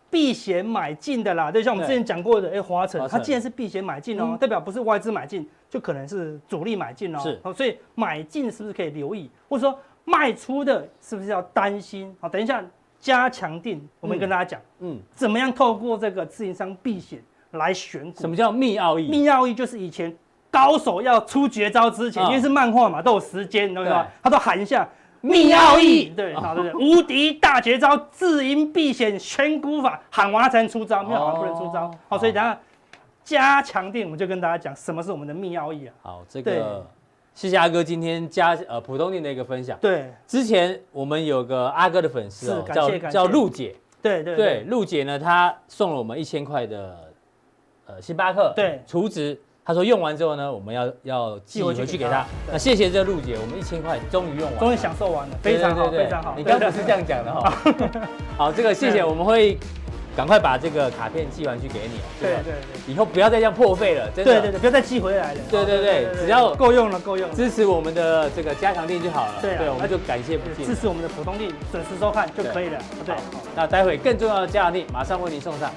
[SPEAKER 3] 避险买进的啦，对，像我们
[SPEAKER 2] 对
[SPEAKER 3] 之前讲过的，哎，华
[SPEAKER 2] 华
[SPEAKER 3] 晨，
[SPEAKER 2] 晨
[SPEAKER 3] 它既然是避险买进哦
[SPEAKER 2] 嗯，
[SPEAKER 3] 代表不是外资买进，就可能是主力买进哦。
[SPEAKER 2] 是
[SPEAKER 3] 好，所以买进是不是可以留意，或者说卖出的是不是要担心？好，等一下加强定，我们
[SPEAKER 2] 嗯
[SPEAKER 3] 跟大家讲、
[SPEAKER 2] 嗯，
[SPEAKER 3] 怎么样透过这个自营商避险来选股。
[SPEAKER 2] 什么叫密奥义？
[SPEAKER 3] 密钥易就是以前高手要出绝招之前，
[SPEAKER 2] 嗯
[SPEAKER 3] 因为是漫画嘛，都有时间，你懂吗
[SPEAKER 2] 对？
[SPEAKER 3] 他都喊一下。
[SPEAKER 2] 密钥易
[SPEAKER 3] 对，好，对对，无敌大绝招，自营避险选股法，喊完他才能出招，没有喊完不能出招
[SPEAKER 2] 哦。
[SPEAKER 3] 好，所以等一下加强定，我们就跟大家讲什么是我们的密钥易啊。
[SPEAKER 2] 好，这
[SPEAKER 3] 对
[SPEAKER 2] 个谢谢阿哥今天加呃普通店的一个分享。
[SPEAKER 3] 对，
[SPEAKER 2] 之前我们有个阿哥的粉丝哦
[SPEAKER 3] 是，感谢
[SPEAKER 2] 叫
[SPEAKER 3] 感谢
[SPEAKER 2] 叫陆姐，
[SPEAKER 3] 对对
[SPEAKER 2] 对，陆姐呢，她送了我们一千块的呃星巴克
[SPEAKER 3] 对
[SPEAKER 2] 储值，她说用完之后呢，我们要要寄
[SPEAKER 3] 寄
[SPEAKER 2] 回
[SPEAKER 3] 回
[SPEAKER 2] 去
[SPEAKER 3] 去
[SPEAKER 2] 给
[SPEAKER 3] 给
[SPEAKER 2] 她
[SPEAKER 3] 她。
[SPEAKER 2] 那谢谢这陆姐，我们一千块终于用完了，
[SPEAKER 3] 终于享受完了，非常好，
[SPEAKER 2] 对对对
[SPEAKER 3] 非常好。
[SPEAKER 2] 你刚刚不是这样讲的哈？ 好，这个谢谢，
[SPEAKER 3] 嗯
[SPEAKER 2] 我们会赶快把这个卡片寄完去给你哦。
[SPEAKER 3] 对
[SPEAKER 2] 这个
[SPEAKER 3] 对
[SPEAKER 2] 以后不要再这样破费了，真
[SPEAKER 3] 对
[SPEAKER 2] 的。
[SPEAKER 3] 对对对，不要再寄回来了。
[SPEAKER 2] 对对对只要
[SPEAKER 3] 够用了，够用了。
[SPEAKER 2] 支持我们的这个加强店就好了。
[SPEAKER 3] 对啊
[SPEAKER 2] 我们就感谢不尽。
[SPEAKER 3] 支持我们的普通力，准时收看就可以了。对，
[SPEAKER 2] 那待会更重要的加强店马上为您送上。